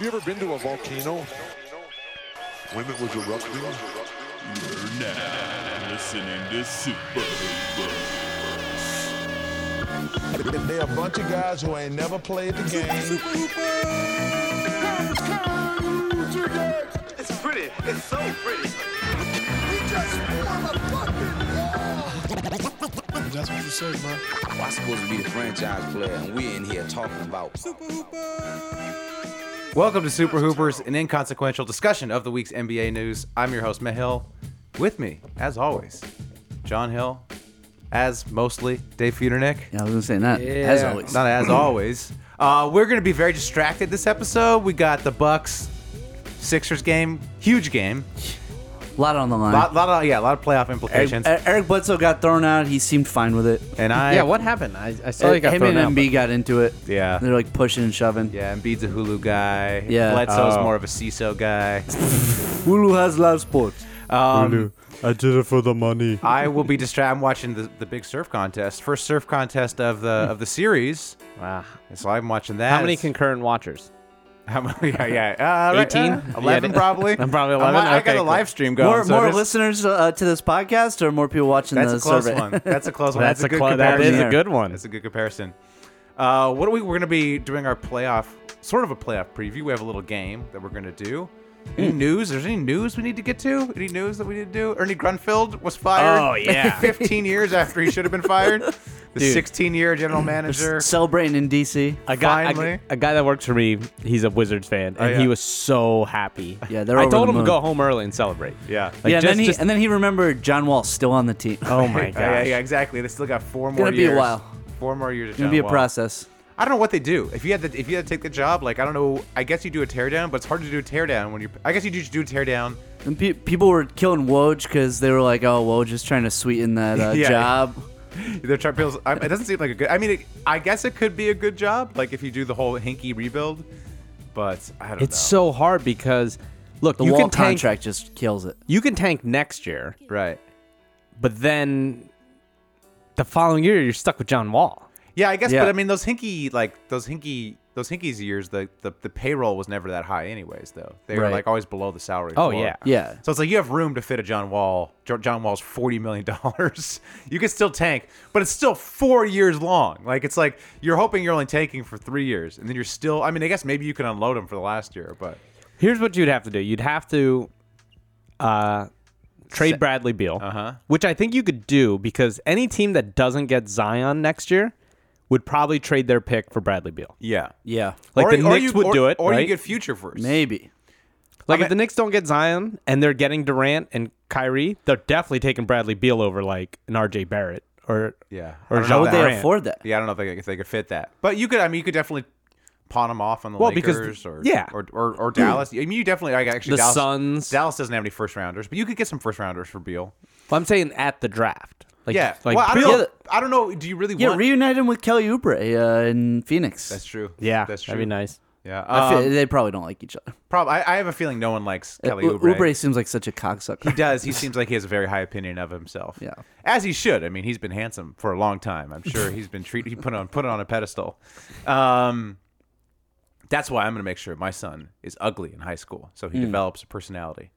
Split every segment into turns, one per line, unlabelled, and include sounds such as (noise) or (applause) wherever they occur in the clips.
you ever been to a volcano?
When it was erupting?
You're now listening to Super Hoopers.
They're a bunch of guys who ain't never played the game.
It's pretty. It's so pretty.
I'm supposed to be the franchise player, and we're in here talking about
Welcome to Super Hoopers, an inconsequential discussion of the week's NBA news. I'm your host, Mehil. With me, as always, John Hill, as mostly Dave Feudernick.
Yeah, I was gonna say not as always.
Not as always. Uh, we're going to be very distracted this episode. We got the Bucks Sixers game, huge game.
a lot on the line.
Lot, lot of, yeah, a lot of playoff
Eric,
implications.
Er- Eric Bledsoe got thrown out. He seemed fine with it.
and I,
yeah, what happened? I, I saw you got
him
thrown out.
and
but-
MB got into it.
Yeah.
they're like pushing and shoving.
yeah, Embiid's a Hulu guy.
Yeah.
Bledsoe's
Oh.
more of a CISO guy.
Hulu has live sports.
Um,
I did it for the money.
I will be distracted. I'm watching the, the big surf contest, first surf contest of the of the series.
Wow.
And So I'm watching that.
How many
It's-
concurrent watchers?
(laughs) How many? Yeah, yeah. Uh, right,
18?
uh, 11
Yeah,
probably.
(laughs) I'm probably 11?
I, I
Okay,
got a
cool.
live stream going.
more
so
more
this-
listeners uh, to this podcast, or more people watching
That's
the
a close
survey?
one. That's a
(laughs)
close one.
That's, a,
good
clo- that
comparison.
is a
Yeah.
good one.
That's a good comparison. Uh, what are we? We're going to be doing our playoff, sort of a playoff preview. We have a little game that we're going to do. Any
Hmm.
news? There's any news we need to get to? Any news that we need to do? Ernie Grunfeld was fired. (laughs)
Oh, yeah.
15 years after he should have been
(laughs)
fired. The 16-year general manager.
(laughs) Celebrating in DC.
A guy, a,
Finally.
gu- a guy that works for me, he's a Wizards fan, and
Oh, yeah.
he was so happy.
Yeah, they're
I
over
told
the
him
moon.
to go home early and celebrate.
Yeah.
Like,
yeah, and
just-
then he
just-
and then he remembered John Wall still on the team. (laughs)
oh
Yeah,
my
yeah,
gosh.
yeah, exactly. They still got four more
gonna be a
years.
while.
Four more years. It's
Gonna be a process.
I don't know what they do. If you had to, if you had to take the job, like I don't know. I guess you do a teardown, but it's hard to do a teardown when you're. I guess you do do a teardown.
And pe- people were killing Woj because they were like, "Oh, Woj is trying to sweeten that
(laughs)
uh,
Yeah.
job."
They're trying bills. I- It doesn't seem like a good. I mean, it, I guess it could be a good job, like if you do the whole hinky rebuild. But I don't
It's
know.
so hard because, look,
The
you
Wall
can tank,
contract just kills it.
You can tank next year,
right.
but then the following year, you're stuck with John Wall.
Yeah, I guess.
Yeah.
But I mean, those hinky like those hinky those hinkies years, the, the the payroll was never that high, anyways. Though they were
Right.
like always below the salary.
Oh,
floor.
yeah.
Yeah.
So it's like you have room to fit a John Wall. Jo- John Wall's forty million dollars. (laughs) You can still tank, but it's still four years long. Like it's like you're hoping you're only tanking for three years, and then you're still. I mean, I guess maybe you can unload him for the last year, but
Here's what you'd have to do. You'd have to uh, trade Bradley Beal, uh-huh. which I think you could do because any team that doesn't get Zion next year would probably trade their pick for Bradley Beal.
yeah,
Yeah.
Like the
you-
Knicks
you,
would
or-
do it,
or
right?
you get future first.
Maybe.
like
I
if the Knicks don't get Zion and they're getting Durant and Kyrie, they're definitely taking Bradley Beal over like an RJ Barrett or
Yeah, I
or
don't know
Jean
Would
that.
they
Morant.
afford that?
Yeah, I don't know if they, if they could fit that, but you could. I mean, you could definitely pawn him off on the
Well, because
Lakers
the-
or
yeah.
or, or or Dallas. I mean, you definitely. I actually
The
Dallas,
Suns.
Dallas doesn't have any first rounders, but you could get some first rounders for Beal.
Well, I'm saying at the draft. Like,
Yeah,
like
well, I don't
Beal-
know. I don't know. Do you really
Yeah,
want?
reunite him with Kelly Oubre uh, in Phoenix.
That's true.
yeah,
that's true.
that'd be nice.
Yeah.
I feel-
Um,
they probably don't like each other.
prob- I, I have a feeling no one likes
Uh,
Kelly
U-
Oubre.
seems like such a
He
cocksucker.
does. He seems like he has a very high opinion of himself.
Yeah.
As he should. I mean, he's been handsome for a long time. I'm sure he's been treated. He put on put on a pedestal. Um, that's why I'm going to make sure my son is ugly in high school, so he develops a personality.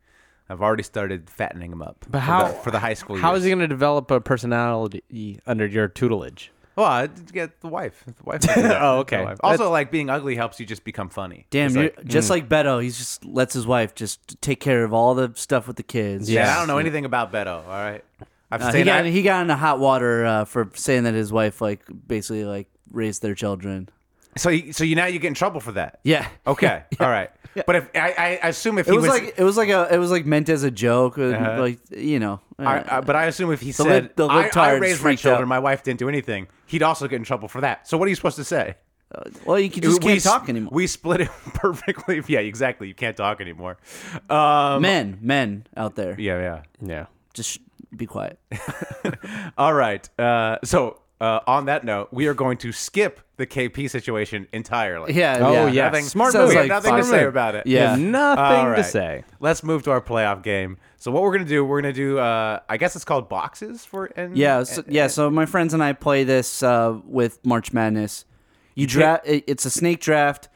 I've already started fattening him up. for
But how-
the, for the high school?
How is he
years.
going to develop a personality under your tutelage?
Well, I get the wife. The wife. will do that.
Oh, okay.
The wife. Also, like being ugly helps you just become funny.
Damn,
It's
you're,
like- mm.
just like Beto, he just lets his wife just take care of all the stuff with the kids.
Yeah,
Yeah.
I don't know anything about Beto. All right, I've
Uh, he
seen
got
that.
he got into hot water uh, for saying that his wife like basically like raised their children.
So, you, so you now you get in trouble for that.
(laughs) Yeah.
Okay. All right. But if I, I assume if (laughs)
It
he
was,
was,
like it was like a it was like meant as a joke, uh,
Uh-huh.
like you know.
I, I, but I assume if he
The
said,
lib- the
I, I
libtards
raised my
freaked
children,
out.
my wife didn't do anything, he'd also get in trouble for that. So what are you supposed to say?
well, you can just can't
s-
talk anymore.
We split it (laughs) perfectly. Yeah, exactly. You can't talk anymore. Um,
men, men out there,
yeah, yeah.
Yeah.
just sh- be quiet.
All right. Uh, so uh, on that note, we are going to skip the KP situation entirely.
Yeah.
Oh, yeah.
Nothing,
Smart
we have
move. Sounds like
nothing to
fun.
say about it.
Yeah.
There's nothing
All
to
right.
say.
Let's move to our playoff game. So what we're gonna do? We're gonna do. Uh, I guess it's called boxes for. And,
Yeah, so,
and-
yeah. So my friends and I play this uh, with March Madness. You draft. It's a snake draft,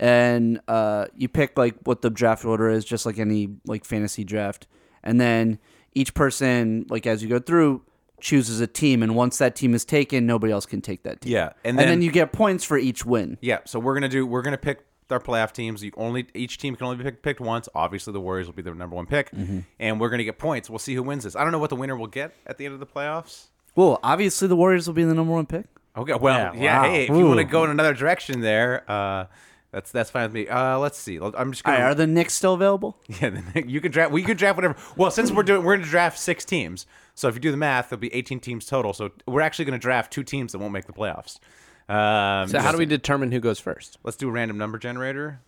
and uh, you pick like what the draft order is, just like any like fantasy draft. And then each person, like as you go through, chooses a team, and once that team is taken, nobody else can take that team.
Yeah, and
and
then-
then you get points for each win.
Yeah, so we're gonna do we're gonna pick our playoff teams. You only each team can only be picked, picked once. Obviously, the Warriors will be the number one pick,
Mm-hmm.
and we're gonna get points. We'll see who wins this. I don't know what the winner will get at the end of the playoffs.
Well, obviously the Warriors will be the number one pick.
Okay, well, yeah,
Yeah, wow.
hey, if you want to
Ooh.
go in another direction there, uh, that's that's fine with me. Uh, let's see. Let- I'm just
All
gonna
right, are the Knicks still available?
(laughs) yeah. The, Knick- you can draft. We can draft whatever. Well, since we're doing, we're gonna draft six teams. So if you do the math, there'll be 18 teams total. So we're actually gonna draft two teams that won't make the playoffs. Um,
So how do we determine who goes first?
Let's do a random number generator.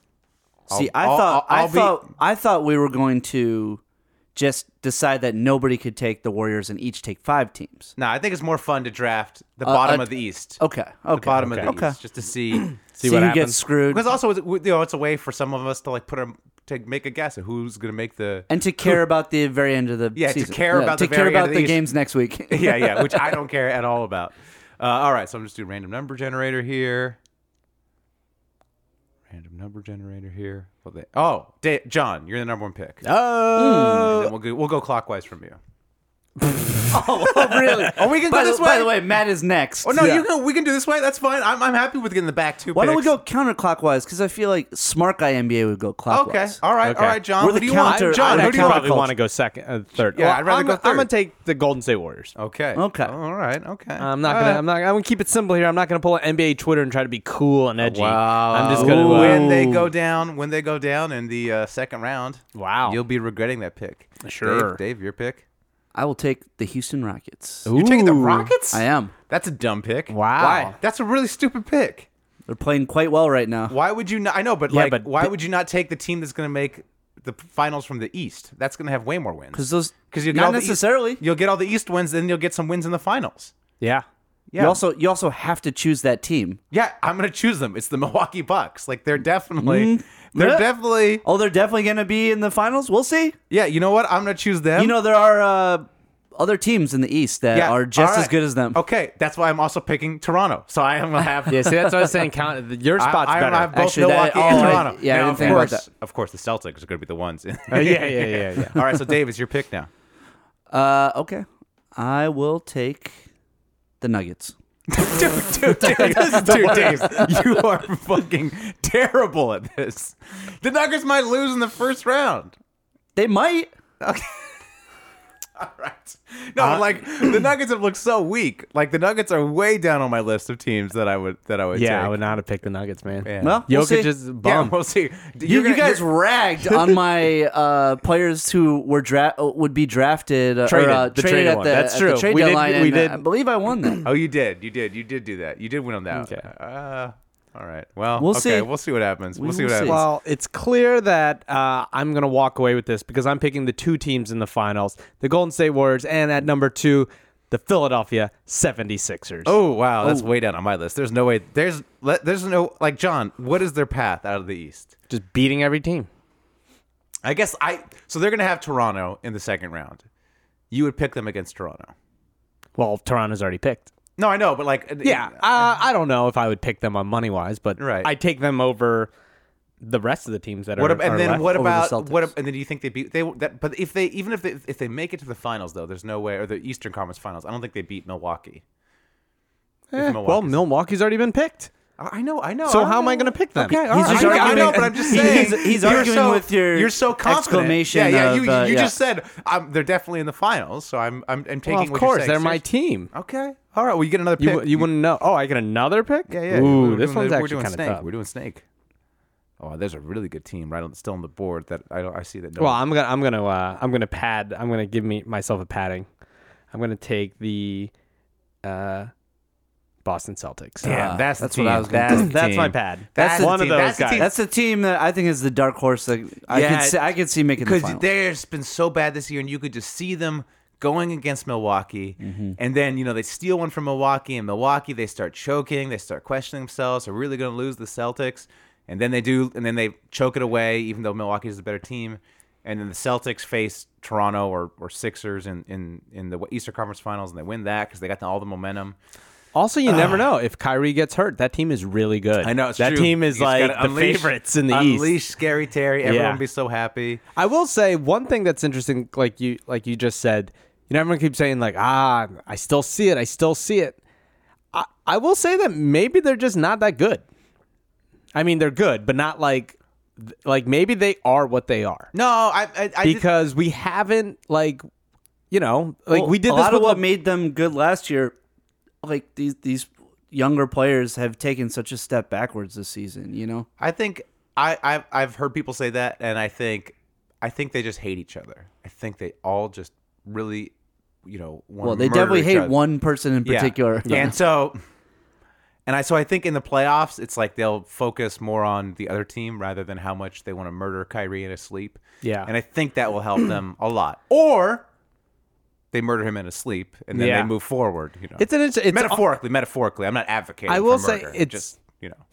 See, I
I'll-
thought
I'll- I'll
I
be-
thought I thought we were going to just decide that nobody could take the Warriors and each take five teams.
No, I think it's more fun to draft the bottom
uh,
of the East.
Okay, okay,
The bottom
okay.
of the
okay.
East, just to
(clears throat)
see.
See,
See what
who
happens.
gets screwed
Because also, it's, you know, it's a way for some of us to like put a to make a guess at who's going to make the.
and to care about the very end of the
Yeah, to
season.
care about
to
the
care
very end
about
of the
the
East.
games
(laughs)
next week. (laughs)
yeah, yeah, which I don't care at all about. Uh, all right, so I'm just doing random number generator here. Random number generator here. Well, they, oh, da- John, you're the number one pick.
Oh,
And then we'll go, we'll go clockwise from you.
oh,
(laughs)
really?
Oh, we can
by,
go
the,
this way.
by the way, Matt is next.
Oh no, you can, we can do this way. That's fine. I'm, I'm happy with getting the back two.
Why don't we
picks.
go counterclockwise? Because I feel like smart guy NBA would go
Okay.
clockwise.
All right.
Okay.
All right, John.
We're
who
the
do you want?
counter-
John,
I'm
who
the
do you want?
counter
probably want to go second, uh, third.
Yeah, I'd rather
I'm,
go
I'm gonna
third.
take the Golden State Warriors.
Okay.
Okay.
All right. Okay.
I'm not gonna.
Uh,
I'm not. I'm gonna keep it simple here. I'm not gonna pull an NBA Twitter and try to be cool and edgy.
Wow.
I'm just gonna.
Ooh.
uh,
when they go down, when they go down in the uh, second round,
Wow.
you'll be regretting that pick. Dave,
Sure.
Dave your pick.
I will take the Houston Rockets.
You're taking the
Ooh.
Rockets.
I am.
That's a dumb pick.
Wow.
Why? That's a really stupid pick.
They're playing quite well right now.
Why would you not? I know, but
Yeah,
like,
but
why
th-
would you not take the team that's going to make the finals from the East? That's going to have way more wins.
Because those,
because you
not necessarily.
E you'll get all the East wins, then you'll get some wins in the finals.
Yeah.
Yeah.
You also you also have to choose that team.
Yeah, I'm gonna choose them. It's the Milwaukee Bucks. Like they're definitely, they're
Mm. Yeah.
definitely.
Oh, they're definitely going to be in the finals. We'll see.
Yeah, you know what? I'm gonna choose them.
You know there are uh, other teams in the East that
yeah,
are just
all
as
right.
good as them.
Okay, that's why I'm also picking Toronto. So I
(laughs)
am gonna have.
Yeah. See, that's what (laughs) I was saying. Count your
I,
spot's
I
better.
have both
Actually, that-
Milwaukee and
oh, I-
Toronto.
yeah, I
Now,
didn't
of
think about
course,
that.
Of course, the Celtics are gonna be the ones. (laughs) in-
Uh, (laughs) yeah, yeah, yeah, yeah.
all right, so Dave, it's your pick
(laughs)
now.
Uh, okay. I will take the Nuggets.
dude, dude, dude, this is (laughs) dude, Dave, you are fucking terrible at this. The Nuggets might lose in the first round. (laughs)
They might.
Right. No,
Uh,
like the Nuggets have looked so weak. Like the Nuggets are way down on my list of teams that I would that I would
Yeah,
take.
I would not have picked the Nuggets, man.
Yeah.
Well, we'll
Jokic
see. (laughs)
is a
Yeah,
bum.
we'll see. You're
You,
gonna-
you guys
you're-
ragged on my uh, players who were dra- uh, would be drafted uh,
Traded.
or, uh,
The
traded
traded
at
one.
the,
That's
at
true.
the trade
We did-
deadline.
we
and, uh,
did-
I believe I won that.
Oh, you did. You did. You did do that. You did win on that.
Okay.
Uh, all right. Well,
We'll
okay.
see.
We'll see what happens.
We
We'll see
will
what
see.
happens.
Well, it's clear that uh, I'm going to walk away with this because I'm picking the two teams in the finals the Golden State Warriors, and at number two, the Philadelphia 76ers.
oh wow, that's way down on my list. There's no way. There's le- there's no like John. What is their path out of the East?
Just beating every team.
I guess I. So they're gonna have Toronto in the second round. You would pick them against Toronto.
Well, Toronto's already picked.
No, I know, but like
Yeah, uh, I don't know if I would pick them on money wise, but
Right.
I take them over the rest of the teams that
What
are.
ab- and
are
then
left.
what
over the
about
Celtics.
what? ab- And then do you think they beat they? That, but if they even if they if they make it to the finals though, there's no way or the Eastern Conference Finals. I don't think they beat Milwaukee. If
Eh, well,
Milwaukee's-
Milwaukee's already been picked.
I I know, I know.
So
I
how am I
know.
gonna pick them?
Okay, all
He's
right.
just
I know- I know,
arguing-
but I'm
(laughs)
just
he's-
saying
he's
you're
arguing
so-
with your
you're so confident.
exclamation
Yeah, yeah.
of,
You, you,
uh, yeah.
just said um, they're definitely in the finals, so I'm I'm, I'm taking.
Well, of
what
course,
you're saying
they're my
seriously.
team.
Okay, all right. Well, you get another pick.
You, you wouldn't know. Oh, I get another pick.
Yeah, yeah.
Ooh,
We're
this
doing
one's
the- we're
actually
doing
kind of
snake.
tough.
We're doing snake. Oh, there's a really good team right on still on the board that I don't I see that. No
Well,
one-
I'm gonna I'm gonna uh, I'm gonna pad. I'm gonna give me myself a padding. I'm gonna take the uh, Boston Celtics.
Damn,
uh,
that's the
that's what I
team.
was gonna
That's
do.
the
That's
team.
my pad.
That's
That's
the
one
team.
of those
That's the
guys.
team.
That's a team that I think is the dark horse that I
Yeah.
could see, I could see making the
because
finals.
there's been so bad this year, and you could just see them going against Milwaukee, and then you know they steal one from Milwaukee, and Milwaukee they start choking, they start questioning themselves, are we really going to lose the Celtics, and then they do, and then they choke it away, even though Milwaukee is a better team, and then the Celtics face Toronto or, or Sixers in, in in the Eastern Conference Finals, and they win that because they got all the momentum.
Also, you never know if Kyrie gets hurt. That team is really good.
I know it's
that
true.
team
You
is
just
like
gotta
the
unleash-
favorites in the
unleash
East.
Scary Terry. Everyone
Yeah.
be so happy.
I will say one thing that's interesting, like you like you just said, you know, everyone keeps saying like, ah, I still see it, I still see it. I, I will say that maybe they're just not that good. I mean, they're good, but not like like maybe they are what they are
No, I I, I did-
because we haven't like you know like we did
a
this
lot
with
of what
Le-
made them good last year. Like these these younger players have taken such a step backwards this season. You know,
I think I I've, I've heard people say that, and I think I think they just hate each other. I think they all just really, you know, wanna
well, they
murder
definitely
each
hate
other.
one person in
Yeah.
particular. (laughs)
And so, and I so I think in the playoffs, it's like they'll focus more on the other team rather than how much they want to murder Kyrie in his sleep.
Yeah.
and I think that will help them a
(clears throat)
lot. Or they murder him in his sleep, and then
Yeah.
they move forward. You know,
It's an it's, it's
metaphorically, metaphorically. I'm not advocating.
I will
for
say
murder.
it's-
just you know.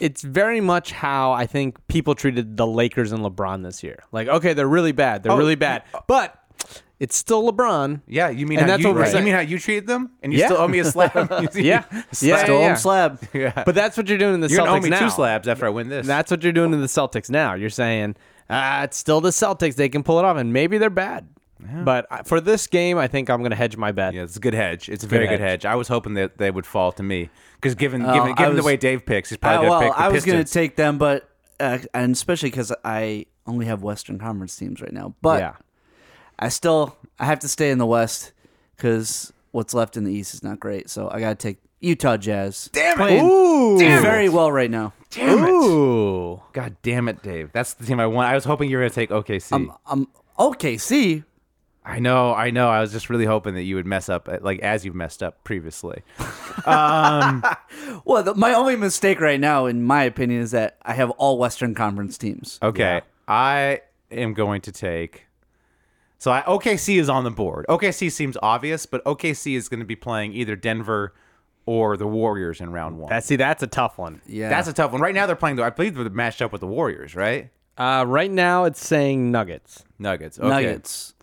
it's very much how I think people treated the Lakers and LeBron this year. Like, okay, they're really bad. They're really bad. But it's still LeBron.
Yeah, you mean
And
how
that's
you,
what we're
you
saying.
mean how you treated them, and you
Yeah.
still owe me a slab. (laughs) Slab.
Yeah. Yeah,
Stole
yeah,
him
yeah.
slab.
(laughs)
Uh,
yeah.
But that's what you're doing in the
you're gonna owe
Celtics
me
now.
two slabs after I win this.
That's what you're doing to the Celtics now. You're saying ah, it's still the Celtics. They can pull it off, and maybe they're bad. But I- for this game, I think I'm going to hedge my bet.
Yeah, it's a good hedge. It's a very
Good
good hedge. I was hoping that they would fall to me because given given,
I
given the
was-
way Dave picks, he's
Uh,
probably
well,
gonna pick the
I was going to
Pistons.
take them, but uh, and especially because I only have Western Conference teams right now. But
Yeah.
I still I have to stay in the West because what's left in the East is not great. So I got to take Utah Jazz. Damn it! Ooh, very well right now.
Ooh.
God damn it, Dave! That's the team I want. I was hoping you were gonna take OKC.
Um, OKC.
I know, I know. I was just really hoping that you would mess up, uh, like as you've messed up previously.
Well, the, my only mistake right now, in my opinion, is that I have all Western Conference teams.
Okay, I am going to take. So I, OKC is on the board. OKC seems obvious, but OKC is going to be playing either Denver or the Warriors in round one.
That, see, that's a tough one.
Yeah,
That's a tough one. Right now, they're playing. The, I believe they're matched up with the Warriors, right?
Uh, right now, it's saying Nuggets.
Nuggets. Okay.
Nuggets.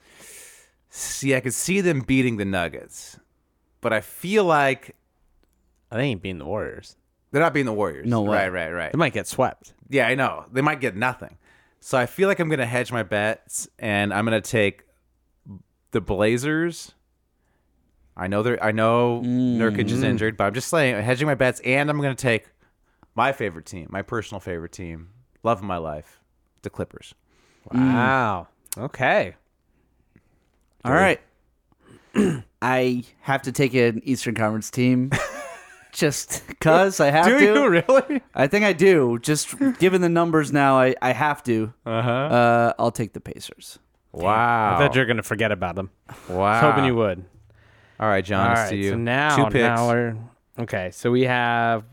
See, I could see them beating the Nuggets, but I feel like
Oh, They ain't beating the Warriors.
they're not beating the Warriors.
No way.
Right, right, right.
They might get swept.
Yeah, I know. They might get nothing. So I feel like I'm going to hedge my bets and I'm going to take the Blazers. I know they're I know Nurkic
Mm.
is injured, but I'm just saying hedging my bets and I'm going to take my favorite team, my personal favorite team, love of my life, the Clippers.
Wow. Okay.
All right. (clears throat) I have to take an Eastern Conference
(laughs)
team just because I have to.
really?
I think I do. Just given the numbers now, I, I have to. Uh-huh. Uh, i will take the Pacers.
Wow.
I thought you were going to forget about them.
wow.
I was hoping you would.
All right, John,
All
it's
right.
to you.
So now,
two picks.
now we're okay. So we have.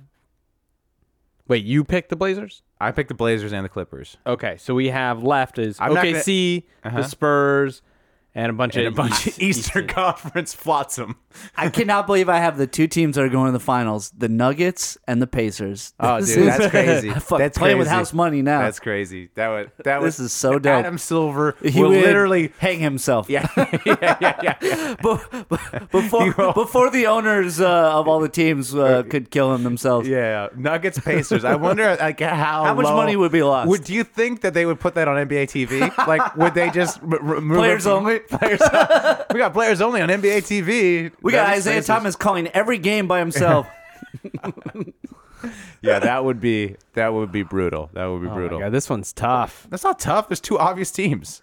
Wait, you picked the Blazers?
I picked the Blazers and the Clippers.
Okay, so we have left is
I'm not gonna- Uh-huh.
OKC, the Spurs, and a bunch
And a
of (laughs)
bunch of Eastern (laughs) Conference flotsam.
I cannot believe I have the two teams that are going to the finals: the Nuggets and the Pacers. (laughs)
Oh,
This
dude,
is-
that's crazy.
Fuck,
that's
playing with
crazy.
house money now.
That's crazy. That would that
This
was
is so dope.
Adam Silver
(laughs) he
will
would
literally
hang himself.
yeah, (laughs) yeah, yeah, yeah, yeah.
before
will.
before the owners uh, of all the teams uh, could kill him themselves.
Yeah, Nuggets Pacers. I
(laughs)
wonder like how
How much
low-
money would be lost?
Would do you think that they would put that on NBA
(laughs)
TV? Like would they just r- r- remove it
Players
from-
only?
(laughs) Players only. we got players only on NBA TV.
We got
Nuggets
Isaiah
Pacers.
Thomas calling every game
(laughs)
by himself.
Yeah, that would be that would be brutal. That
Oh
would be brutal.
Yeah, Oh this one's tough.
That's not tough. There's two obvious teams.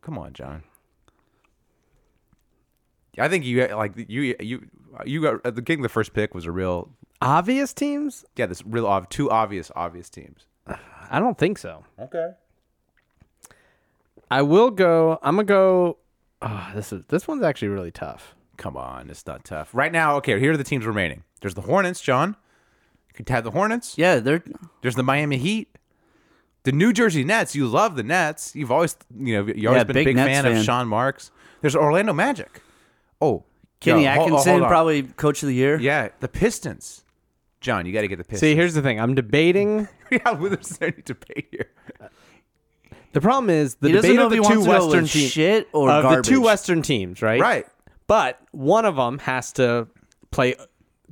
Come on, John. I think you like you you you got uh, the getting the first pick was a real
Obvious teams?
yeah this real ob- two obvious obvious teams.
I don't think so. Okay. I will go. I'm gonna go. Oh, this is this one's actually really tough.
Come on, it's not tough. Right now, okay, here are the teams remaining. There's the Hornets, John. You could have the Hornets.
yeah, they're
There's the Miami Heat. The New Jersey Nets. You love the Nets. You've always you know you've always been
big
a big
Nets
fan,
fan.
of Sean Marks. There's Orlando Magic. Oh,
Kenny
no, ho- ho-
Atkinson,
hold on.
probably coach of the year.
Yeah, the Pistons. John, you got to get the Pistons.
See, here's the thing. I'm debating.
(laughs) yeah, well, there's no need to pay here.
The problem is the
He doesn't
debate
know
of
if he
the
wants
two
to go
Western
with
teams.
shit or
of the two
garbage.
Western teams, right?
Right.
But one of them has to play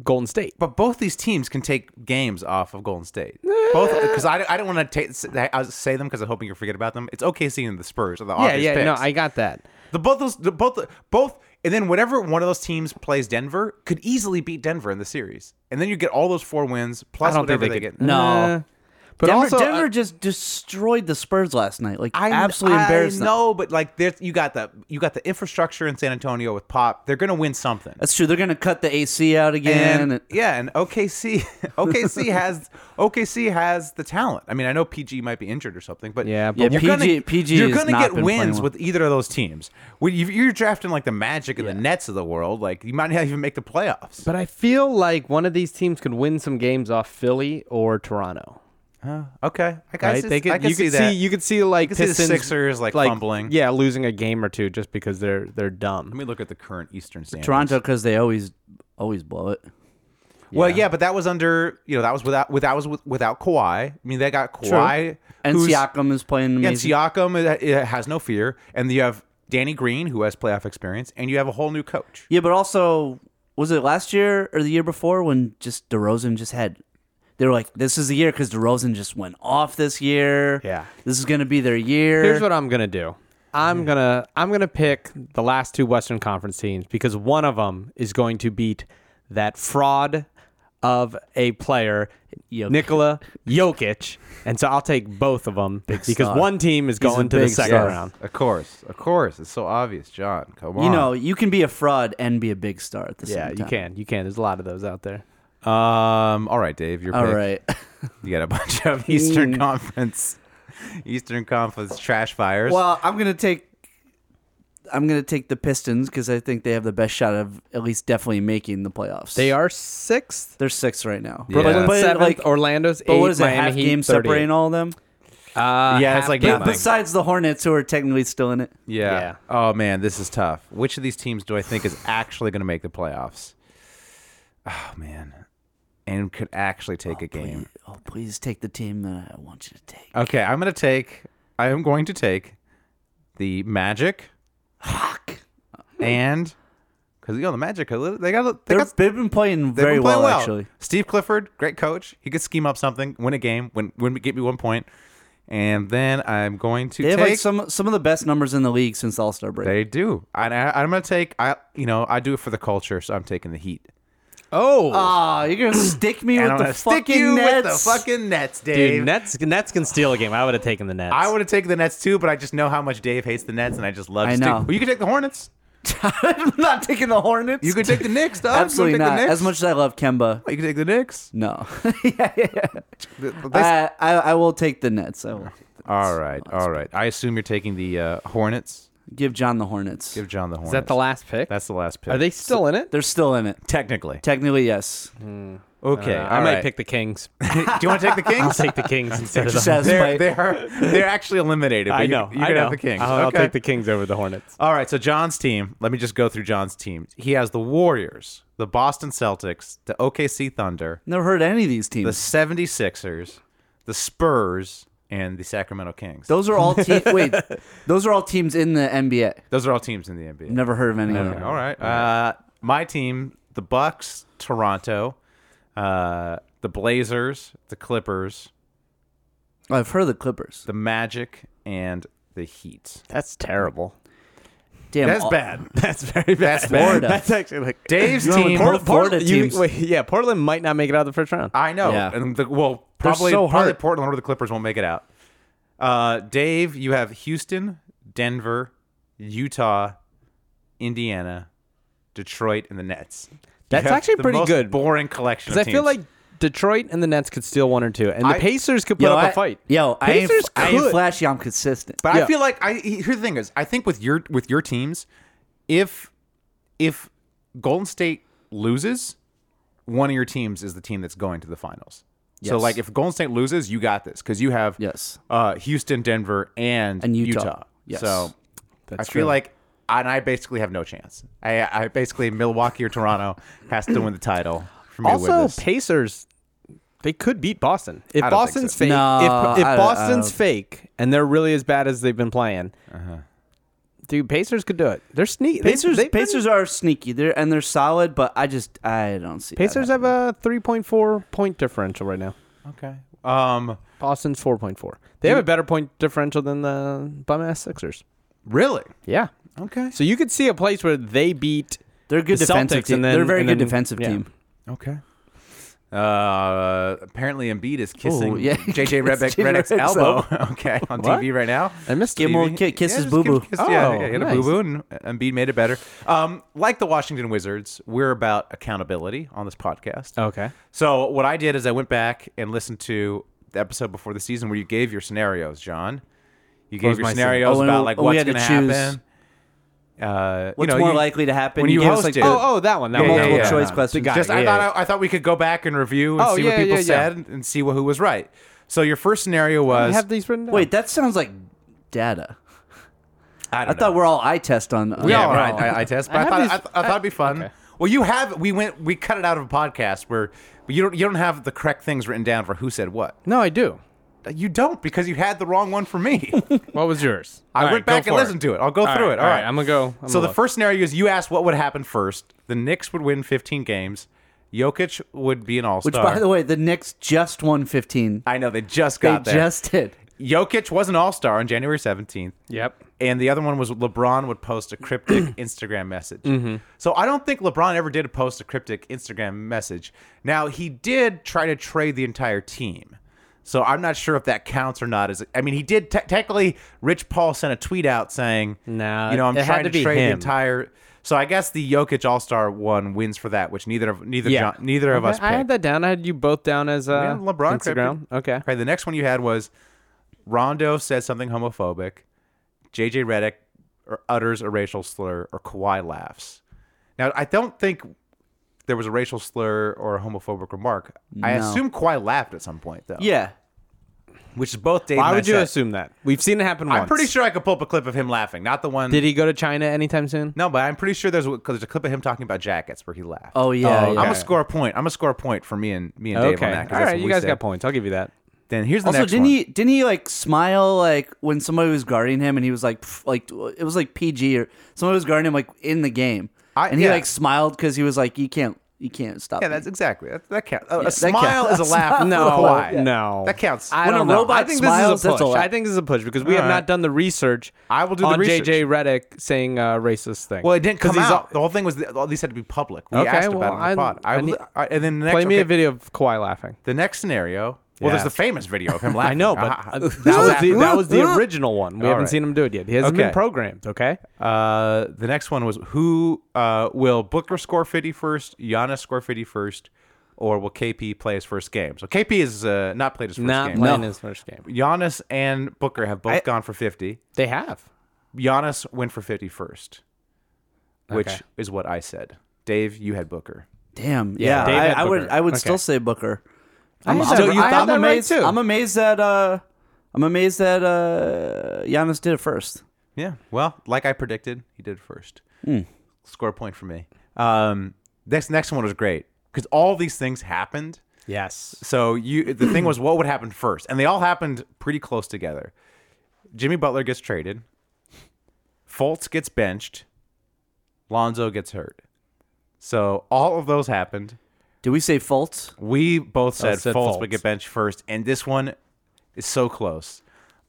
Golden State.
But both these teams can take games off of Golden State. Both because I, I don't want to I uh, say them because I'm hoping you forget about them. It's OKC and the Spurs are the
Yeah,
obvious
yeah, no,
picks.
I got that.
the both those the, both both and then whenever one of those teams plays Denver could easily beat Denver in the series, and then you get all those four wins plus
I don't think
whatever
they,
they,
could-
get.
No.
Uh, but
Denver,
also,
Denver
uh,
just destroyed the Spurs last night. Like
I
absolutely
I
embarrassed them.
know, but like there's you got the you got the infrastructure in San Antonio with Pop. They're gonna win something.
That's true. They're gonna cut the AC out again.
and yeah, and OKC (laughs) OKC has OKC has the talent. I mean, I know PG might be injured or something, but
Yeah, but-
you're
PG
gonna,
PG
you're
has
gonna
not
get
been playing
wins
well.
with either of those teams. When you, you're drafting like the Magic and the Nets of the world, like you might not even make the playoffs.
but I feel like one of these teams could win some games off Philly or Toronto.
Okay, I guess
Right?
it's-
They could,
I can
you
see
could
that.
see you could see like
could see the
Pistons,
Sixers, like, fumbling.
Yeah, losing a game or two just because they're they're dumb.
Let me look at the current Eastern standings.
Toronto because they always always blow it.
Well, yeah, but that was under you know that was without without was with- without Kawhi. I mean, they got Kawhi
And
who's-
Siakam is playing
Yeah,
amazing.
Siakam uh, uh, has no fear, and you have Danny Green who has playoff experience, and you have a whole new coach.
Yeah, but also was it last year or the year before when just DeRozan just had they were like, this is the year because DeRozan just went off this year.
Yeah.
this is gonna be their year.
Here's what I'm gonna do. I'm gonna I'm gonna pick the last two Western Conference teams because one of them is going to beat that fraud of a player,
Jokic.
Nikola Jokic, and so I'll take both of them because
star.
one team is
He's a
going to the
big
second
star.
round.
Of course, of course, it's so obvious, John. Come on,
you know, you can be a fraud and be a big star at the
Yeah,
same time.
you can, you can. There's a lot of those out there.
Um, all right, Dave, you're
All right. (laughs) Hmm.
You got a (laughs) bunch of Eastern Conference, Eastern Conference trash fires.
Well, I'm gonna take. I'm gonna take the Pistons because I think they have the best shot of at least definitely making the playoffs.
They are sixth,
They're six right now.
Brooklyn's
But, but,
seventh.
like,
Orlando's eighth.
but what is it?
Miami
Half
Heat,
game
38th.
separating all of them.
Uh,
Yeah, it's
half
like
game.
nothing.
Besides the Hornets, who are technically still in it.
yeah.
yeah.
Oh man, this is tough. Which of these teams do I think is actually going to make the playoffs? Oh man, and could actually take a game.
Please, oh, please take the team that I want you to take.
Okay, I'm going to take. I am going to take the Magic
Fuck.
and because you know the Magic, they got they
Hmm. They're,
got
they've been playing
They've
very
been playing
well, actually.
Steve Clifford, great coach. He could scheme up something, win a game, win, win get me one point, and then I'm going to
They have
take.
like some some of the best numbers in the league since the All Star break.
they do, and I, I'm going to take. I you know I do it for the culture, so I'm taking the Heat.
Oh,
Ah, you're
(clears throat)
gonna stick me
And
with
I'm
the
gonna stick
fucking
you
Nets.
with the fucking Nets, Dave.
dude, Nets Nets can steal a game. I would have taken the Nets.
I would have taken the Nets too, but I just know how much Dave hates the Nets, and I just love.
I
to stick-
know.
Well, you could take the Hornets.
I'm (laughs) not taking the Hornets.
You could take the Knicks. Dog. You wanna
Absolutely
take the
not.
Knicks?
As much as I love Kemba,
you could take the Knicks.
no. (laughs) yeah, yeah, yeah.
Th- they-
I, I, I will take the Nets. I will take the Nets.
all right, all right. I assume you're taking the uh, Hornets.
Give John the Hornets.
Give John the Hornets.
Is that the last pick?
That's the last pick.
Are they still in it?
They're still in it.
technically?
Technically, yes.
Okay,
I might pick the Kings.
(laughs)
(laughs)
Do you want to (laughs) take the Kings?
I'll take the (laughs) Kings instead of the
Just as
Hornets.
They're,
my-
they're, they're actually eliminated. But
I
you-
know.
You,
I
can
know.
have the Kings.
I'll,
Okay.
I'll take the Kings over the Hornets.
All right. So John's team. Let me just go through John's team. He has the Warriors, the Boston Celtics, the OKC Thunder,
Never heard of any of these
the
teams.
76ers, the Spurs, and the Sacramento Kings.
Those are
(laughs)
all te- wait. Those are all teams in the NBA.
Those are all teams in the NBA.
Never heard of any of them.
All right. Uh, my team: the Bucks, Toronto, uh, the Blazers, the Clippers,
I've heard of the Clippers.
the Magic, and the Heat.
That's terrible.
Damn, uh,
That's
all-
bad.
That's very bad.
That's bad.
Florida.
That's actually like
Dave's
You went with
team.
Portland- Florida
you-
teams.
wait, yeah, Portland might not make it out of the first round.
I know.
Yeah.
And the, well, probably,
so
probably
hurt.
Portland or the Clippers won't make it out. Uh, Dave, you have Houston, Denver, Utah, Indiana, Detroit, and the Nets. You
That's
have
actually
the
pretty
most
good.
Boring collection.
Because
Of
I feel
teams.
like Detroit and the Nets could steal one or two, and the
I-
Pacers could put
Yo,
up a
I-
fight.
Yo, I ain't,
Pacers
I ain't
could.
flashy. I'm consistent.
But I
Yeah.
feel like I here's the thing is I think with your with your teams, if if Golden State loses, one of your teams is the team that's going to the finals. So
Yes.
like if Golden State loses, you got this because you have
Yes.
uh, Houston, Denver, and,
And Utah. Yes.
So
That's
I feel like and I basically have no chance. I I basically Milwaukee or Toronto has to win the title for me to win
also
this.
Pacers. They could beat Boston if
I don't think
Boston's
so.
fake.
No,
if if
I- I
Boston's
don't-
fake and they're really as bad as they've been playing, dude, Pacers could do it. They're sneaky.
Pacers,
they,
Pacers are sneaky. They're and they're solid, but I just I don't see. that
Pacers have
happening.
a 3.4 point differential right now.
Okay. Um.
Boston's 4.4. They have a better point differential than the bum ass Sixers.
Really?
Yeah.
Okay.
So you could see a place where they beat.
They're a good
the
defensive
Celtics
team.
and then-
they're a very
and
good
then-
defensive
yeah.
team.
Okay. Uh, apparently Embiid is kissing
Ooh, yeah.
JJ Redick,
JJ
Redick's
Redick's
elbow. (laughs) okay, on
What?
TV right now.
I missed
Give him a
TV.
little ki- kiss his
just
boo
give-
boo.
kiss- yeah,
Oh,
yeah, he had
nice.
a boo boo, and Embiid made it better. Um, like the Washington Wizards, we're about accountability on this podcast.
Okay.
So what I did is I went back and listened to the episode before the season where you gave your scenarios, John. You
was
gave your
my
scenarios
scenario? Oh, and
about
we-
like
we
what's
had to
going to
choose
happen. Uh,
What's
you know,
more
you-
likely to happen?
when you
gave us,
host
like
it.
the-
Oh, oh, that one. That
Yeah,
one.
yeah,
multiple
yeah.
choice
The
questions.
guy.
Just I
Yeah,
thought
yeah.
I, I thought we could go back and review and
Oh,
see
yeah,
what people
yeah, yeah.
said and- and see what, who was right. So your first scenario
I
was
have these written down.
Wait, that sounds like data.
I,
I
don't know.
thought we're all eye test on. on-
yeah,
all
right.
are.
I, I test, but
I
I,
have
thought
these-
I, th- I thought it'd be fun.
okay.
Well, you have we went we cut it out of a podcast where but you don't you don't have the correct things written down for who said what.
No, I do.
You don't because you had the wrong one for me.
What was yours?
I went back and listened to it. I'll go through it. All right.
I'm gonna go. I'm
so
gonna
the
look.
first scenario is you asked what would happen first. The Knicks would win 15 games. Jokic would be an all-star.
Which, by the way, the Knicks just won 15.
I know they just
They
got there.
just did.
Jokic was an all-star on January 17th.
Yep.
And the other one was LeBron would post a cryptic
(clears throat)
Instagram message.
Mm-hmm.
So I don't think LeBron ever did post a cryptic Instagram message. Now he did try to trade the entire team. So I'm not sure if that counts or not. Is I mean, he did te- technically. Rich Paul sent a tweet out saying,
Nah,
you know, I'm
it had
trying
to
to,
be
trade the
him."
entire." So I guess the Jokic All Star one wins for that, which neither of neither
Yeah.
John, neither of
Okay,
us.
I had
picked.
that down. I had you both down as uh,
Yeah, LeBron
Instagram.
cryptic.
Okay.
Okay. The next one you had was Rondo says something homophobic. JJ Redick or utters a racial slur, or Kawhi laughs. Now, I don't think there was a racial slur or a homophobic remark. I
No.
assume Kawhi laughed at some point, though.
Yeah.
Which is both Dave
Why
and I
would you
said.
assume that? We've seen it happen once.
I'm pretty sure I could pull up a clip of him laughing, not the one.
Did he go to China anytime soon?
no, but I'm pretty sure there's, a- cause there's a clip of him talking about jackets where he laughed.
Oh yeah.
Oh,
yeah.
I'm
okay.
gonna score a point. I'm gonna score a point for me and me and Dave
Okay.
on that. 'cause
All
that's
right.
what
You
we
guys
said.
got points. I'll give
(laughs)
you that.
Then here's the
Also,
next
didn't
one.
he didn't he like smile like when somebody was guarding him and he was like pff, like it was like PG or somebody was guarding him like in the game
I-
and he
yeah.
like smiled because he was like you can't you can't stop.
Yeah,
me."
that's exactly that. That counts. A, a
that
smile
counts.
is a laugh.
No, (laughs)
for Kawhi.
no.
that counts.
I
When
don't
a
know.
robot
I think this is a
smiles, that's
push.
I think this is a push because we
All
have
right.
not done the research.
I will do the
on
research.
JJ Redick saying uh, racist thing.
well, it didn't
'Cause
come
he's
out.
all-
the whole thing was that all these had to be public. We
Okay,
asked
well,
about it in
I-
the pod.
I
I,
need-
will- I- and then the next,
play me
okay,
a video of Kawhi laughing.
The next scenario. Well,
Yeah.
there's the famous video of him laughing.
I know, but
Ah,
uh, (laughs) that was the that was
(laughs)
the original one. We
All
haven't
right.
seen him do it yet. He hasn't been
Okay.
programmed. Okay.
Uh, the next one was who uh, will Booker score 50 first, Giannis score 50 first, or will KP play his first game? So KP is uh, not played his first
Not
game.
playing his first game.
Giannis and Booker have both
I-
gone for 50.
They have.
Giannis went for 50 first, which
Okay.
is what I said. Dave, you had Booker.
Damn. Yeah.
Yeah, Dave had
I, I would
Booker.
I would
Okay.
still say Booker.
I
I'm,
had that-
I'm-
you
I'm
thought that right,
amazed.
too.
I'm amazed that uh, I'm amazed that uh, Giannis did it first.
Yeah. Well, like I predicted, he did first. Score a point for me. Um, this next one was great because all these things happened.
Yes.
So you, the thing was, what would happen first, and they all happened pretty close together. Jimmy Butler gets traded. Fultz gets benched. Lonzo gets hurt. So all of those happened.
Did we say Fultz?
We both said,
said
Fultz,
Fultz.
would get benched first, and this one is so close.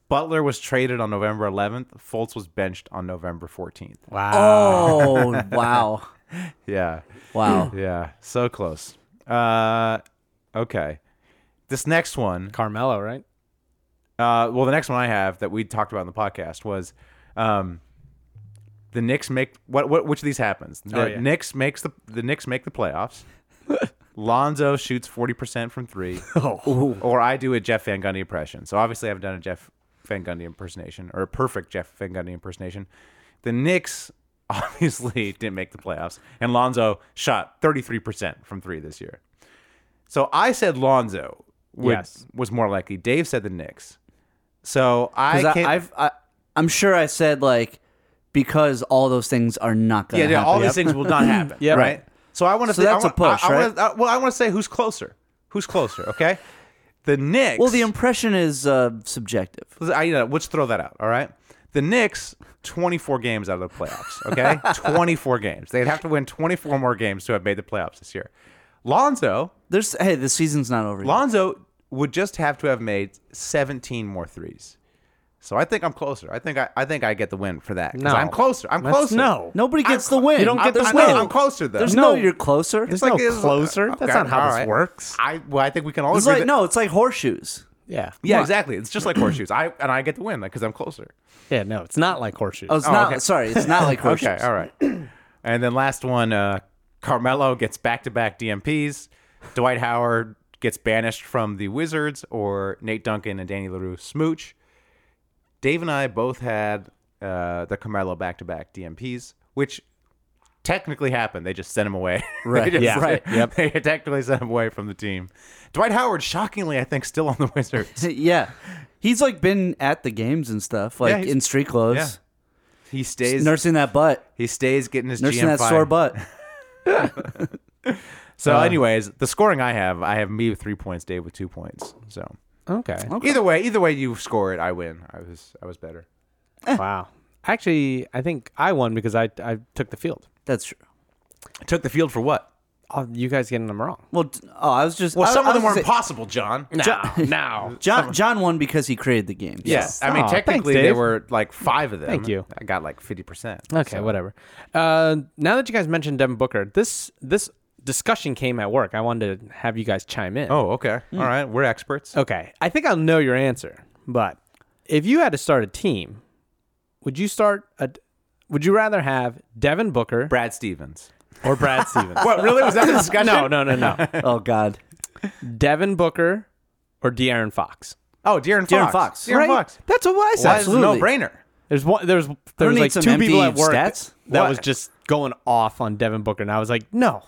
Butler was traded on November 11th. Fultz was benched on November 14th.
Wow. (laughs)
Oh wow,
Yeah,
wow.
yeah, so close. Uh, okay, this next one.
Carmelo, right?
Uh, well, the next one I have that we talked about in the podcast was, um, the Knicks make what? What? Which of these happens? The
Oh, yeah.
Knicks makes the the Knicks make the playoffs.
(laughs)
Lonzo shoots forty percent from three,
Oh.
or I do a Jeff Van Gundy impression. So obviously, I haven't done a Jeff Van Gundy impersonation or a perfect Jeff Van Gundy impersonation. The Knicks (laughs) obviously didn't make the playoffs, and Lonzo shot thirty three percent from three this year. So I said Lonzo would,
Yes.
was more likely. Dave said the Knicks. So I
'Cause I,
can't.
I've I, I'm sure I said like because all those things are not gonna
yeah, yeah,
happen.
all these things will (laughs) not happen.
Yeah.
right. So I want to.
So
say,
that's
I
a
wanna, I-
push,
I,
right?
wanna, I- well, I want to say who's closer. Who's closer? Okay. The Knicks.
well, the impression is uh, subjective.
I, you know, let's throw that out. All right. The Knicks, 24 games out of the playoffs, okay? 24 games. They'd have to win 24 more games to have made the playoffs this year. Lonzo,
There's hey, the season's not over. yet.
Lonzo would just have to have made 17 more threes. So I think I'm closer. I think I, I think I get the win for that. 'cause
No.
I'm closer. I'm
That's-
closer.
no.
Nobody
I'm
gets
clo-
the win.
You don't
I-
get the
there's
win.
no-
I'm closer though.
There's no,
No.
you're closer.
There's
It's
no
Like, it's- uh,
closer.
okay,
That's not how
all
this
right.
works.
I well, I think we can all agree.
like
that-
no, it's like horseshoes.
Yeah.
Yeah, exactly. It's just like horseshoes. I and I get the win because I'm closer.
Yeah, no, it's not like horseshoes.
Oh, it's
Oh,
not.
okay.
Sorry, it's not like horseshoes.
(laughs) Okay, all right. And then last one, uh, Carmelo gets back-to-back DMPs. Dwight Howard gets banished from the Wizards, or Nate Duncan and Danny Larue smooch. Dave and I both had uh, the Carmelo back-to-back DMPs, which technically happened. They just sent him away. (laughs) They
Right, (laughs)
just-
yeah, right, yep.
They technically sent him away from the team. Dwight Howard, shockingly, I think, still on the (laughs) Wizards.
yeah, he's like been at the games and stuff,
Yeah,
like
he's-
in street clothes,
He stays.
nursing that butt,
he stays getting his
nursing
GM
that
fine.
sore butt.
So, anyways, the scoring I have, I have me with three points, Dave with two points. So
okay.
either way, either way you score it, I win. I was I was better.
Wow. Actually, I think I won because I I took the field.
That's true.
took the field for what?
Oh, you guys getting them wrong.
Well, d- oh, I was just.
Well,
I-
some
I
of them
was
were
gonna say-
impossible, John.
No, (laughs) no.
John, John won because he created the game.
Yes, Oh, I
Aw,
mean
thanks,
technically there
Dave.
were like five of them.
Thank you.
I got like fifty percent.
Okay, whatever. Uh, now that you guys mentioned Devin Booker, this this discussion came at work. I wanted to have you guys chime in.
Oh, okay. All right, we're experts.
Okay. I think I'll know your answer, but if you had to start a team, would you start a? Would you rather have Devin Booker
Brad Stevens. (laughs)
or Brad Stevens?
What really was that a discussion?
no, no, no, no.
Oh God.
Devin Booker or De'Aaron Fox?
Oh, De'Aaron Fox.
De'Aaron Fox.
De'Aaron
Right?
Fox.
That's what I
That
said.
is a
Absolutely.
no-brainer.
There's one. There's there was
need
like
some
two people at
empty
work
stats.
that
What?
was just going off on Devin Booker, and I was like, no,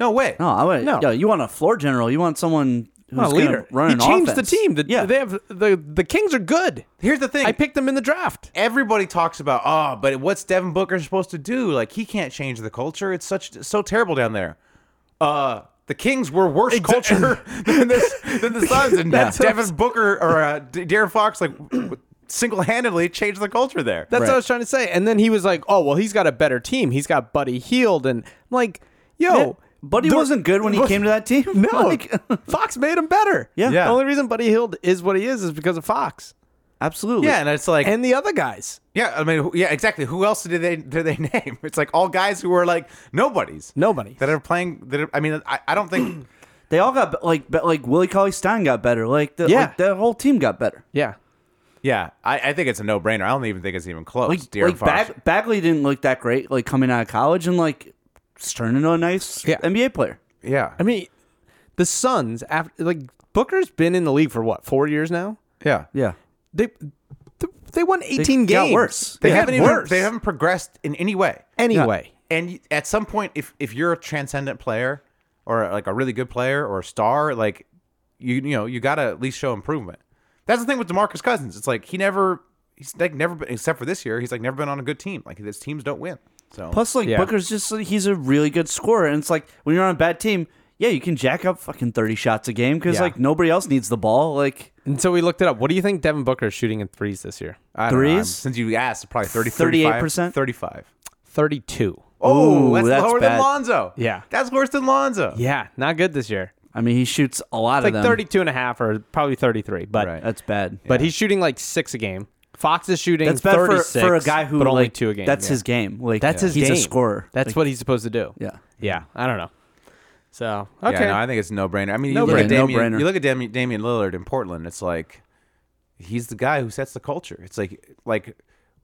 No way.
No, I want.
No.
No, yo, you want a floor general? You want someone who's
I'm a leader.
Run
he changed the team. The,
yeah,
they have the the Kings are good.
Here's the thing.
I picked them in the draft.
everybody talks about oh but what's devin booker supposed to do like he can't change the culture it's such so terrible down there uh the Kings were worse
(laughs)
culture (laughs) than, this, than the Suns, and
That's what I'm
Devin Booker or uh, D- Darren Fox like single-handedly changed the culture there.
That's what
Right.
I was trying to say. And then he was like, oh well, he's got a better team. He's got Buddy Healed, and I'm like, yo,
Yeah, but he
the-
wasn't good when he
(laughs)
came to that team.
No,
Like, (laughs)
Fox made him better.
Yeah. Yeah.
The only reason Buddy Healed is what he is is because of Fox
absolutely.
yeah, and it's like
and the other guys.
yeah, I mean who- yeah, exactly. Who else did they did they (laughs) name? It's like all guys who were like nobodies,
Nobody.
that are playing. That are, I mean, I, I don't think (clears throat)
They all got be- like be- like Willie Cauley Stein got better. Like the
Yeah.
like, the whole team got better.
yeah.
yeah, I, I think it's a no-brainer. I don't even think it's even close.
Like
De'Aaron
like
Fox.
Bag- Bagley didn't look that great. Like coming out of college and like just turned into a nice
Yeah.
NBA player.
yeah,
I mean, the Suns after like Booker's been in the league for what four years now.
yeah,
Yeah.
They th- they won eighteen
got
games.
worse.
They
got
haven't even,
worse.
they haven't progressed in any way.
(laughs) anyway.
And y- at some point, if if you're a transcendent player or like a really good player or a star, like you you know you gotta at least show improvement. That's the thing with Demarcus Cousins. It's like he never he's like never been except for this year. He's like never been on a good team. Like his teams don't win. So
Plus like
Yeah.
Booker's just like, he's a really good scorer and it's like when you're on a bad team, yeah, you can jack up fucking 30 shots a game cuz
Yeah.
like nobody else needs the ball. Like
And so we looked it up. What do you think Devin Booker is shooting in threes this year? Uh,
I don't know, I'm-
threes?
since you asked, probably 30,
38%?
35.
Thirty-two.
Oh,
Ooh,
that's,
that's
lower than
bad.
Lonzo.
Yeah.
that's worse than Lonzo.
Yeah, not good this year.
I mean, he shoots a lot
Like
of them.
32 and a half or probably 33, but
Right.
That's bad.
but he's shooting like 6 a game. Fox is shooting
that's bad for,
36,
for a guy who
but only
like,
2 a game.
That's
yeah.
his game. Like
That's his
he's
game.
a scorer.
That's
Like,
what he's supposed to do.
yeah.
Yeah, I don't know. So, okay.
Yeah, no, I think it's a no-brainer. I mean, you
No
look, at
brainer.
Damian,
No brainer.
you look at Damian, Damian Lillard in Portland. It's like he's the guy who sets the culture. It's like like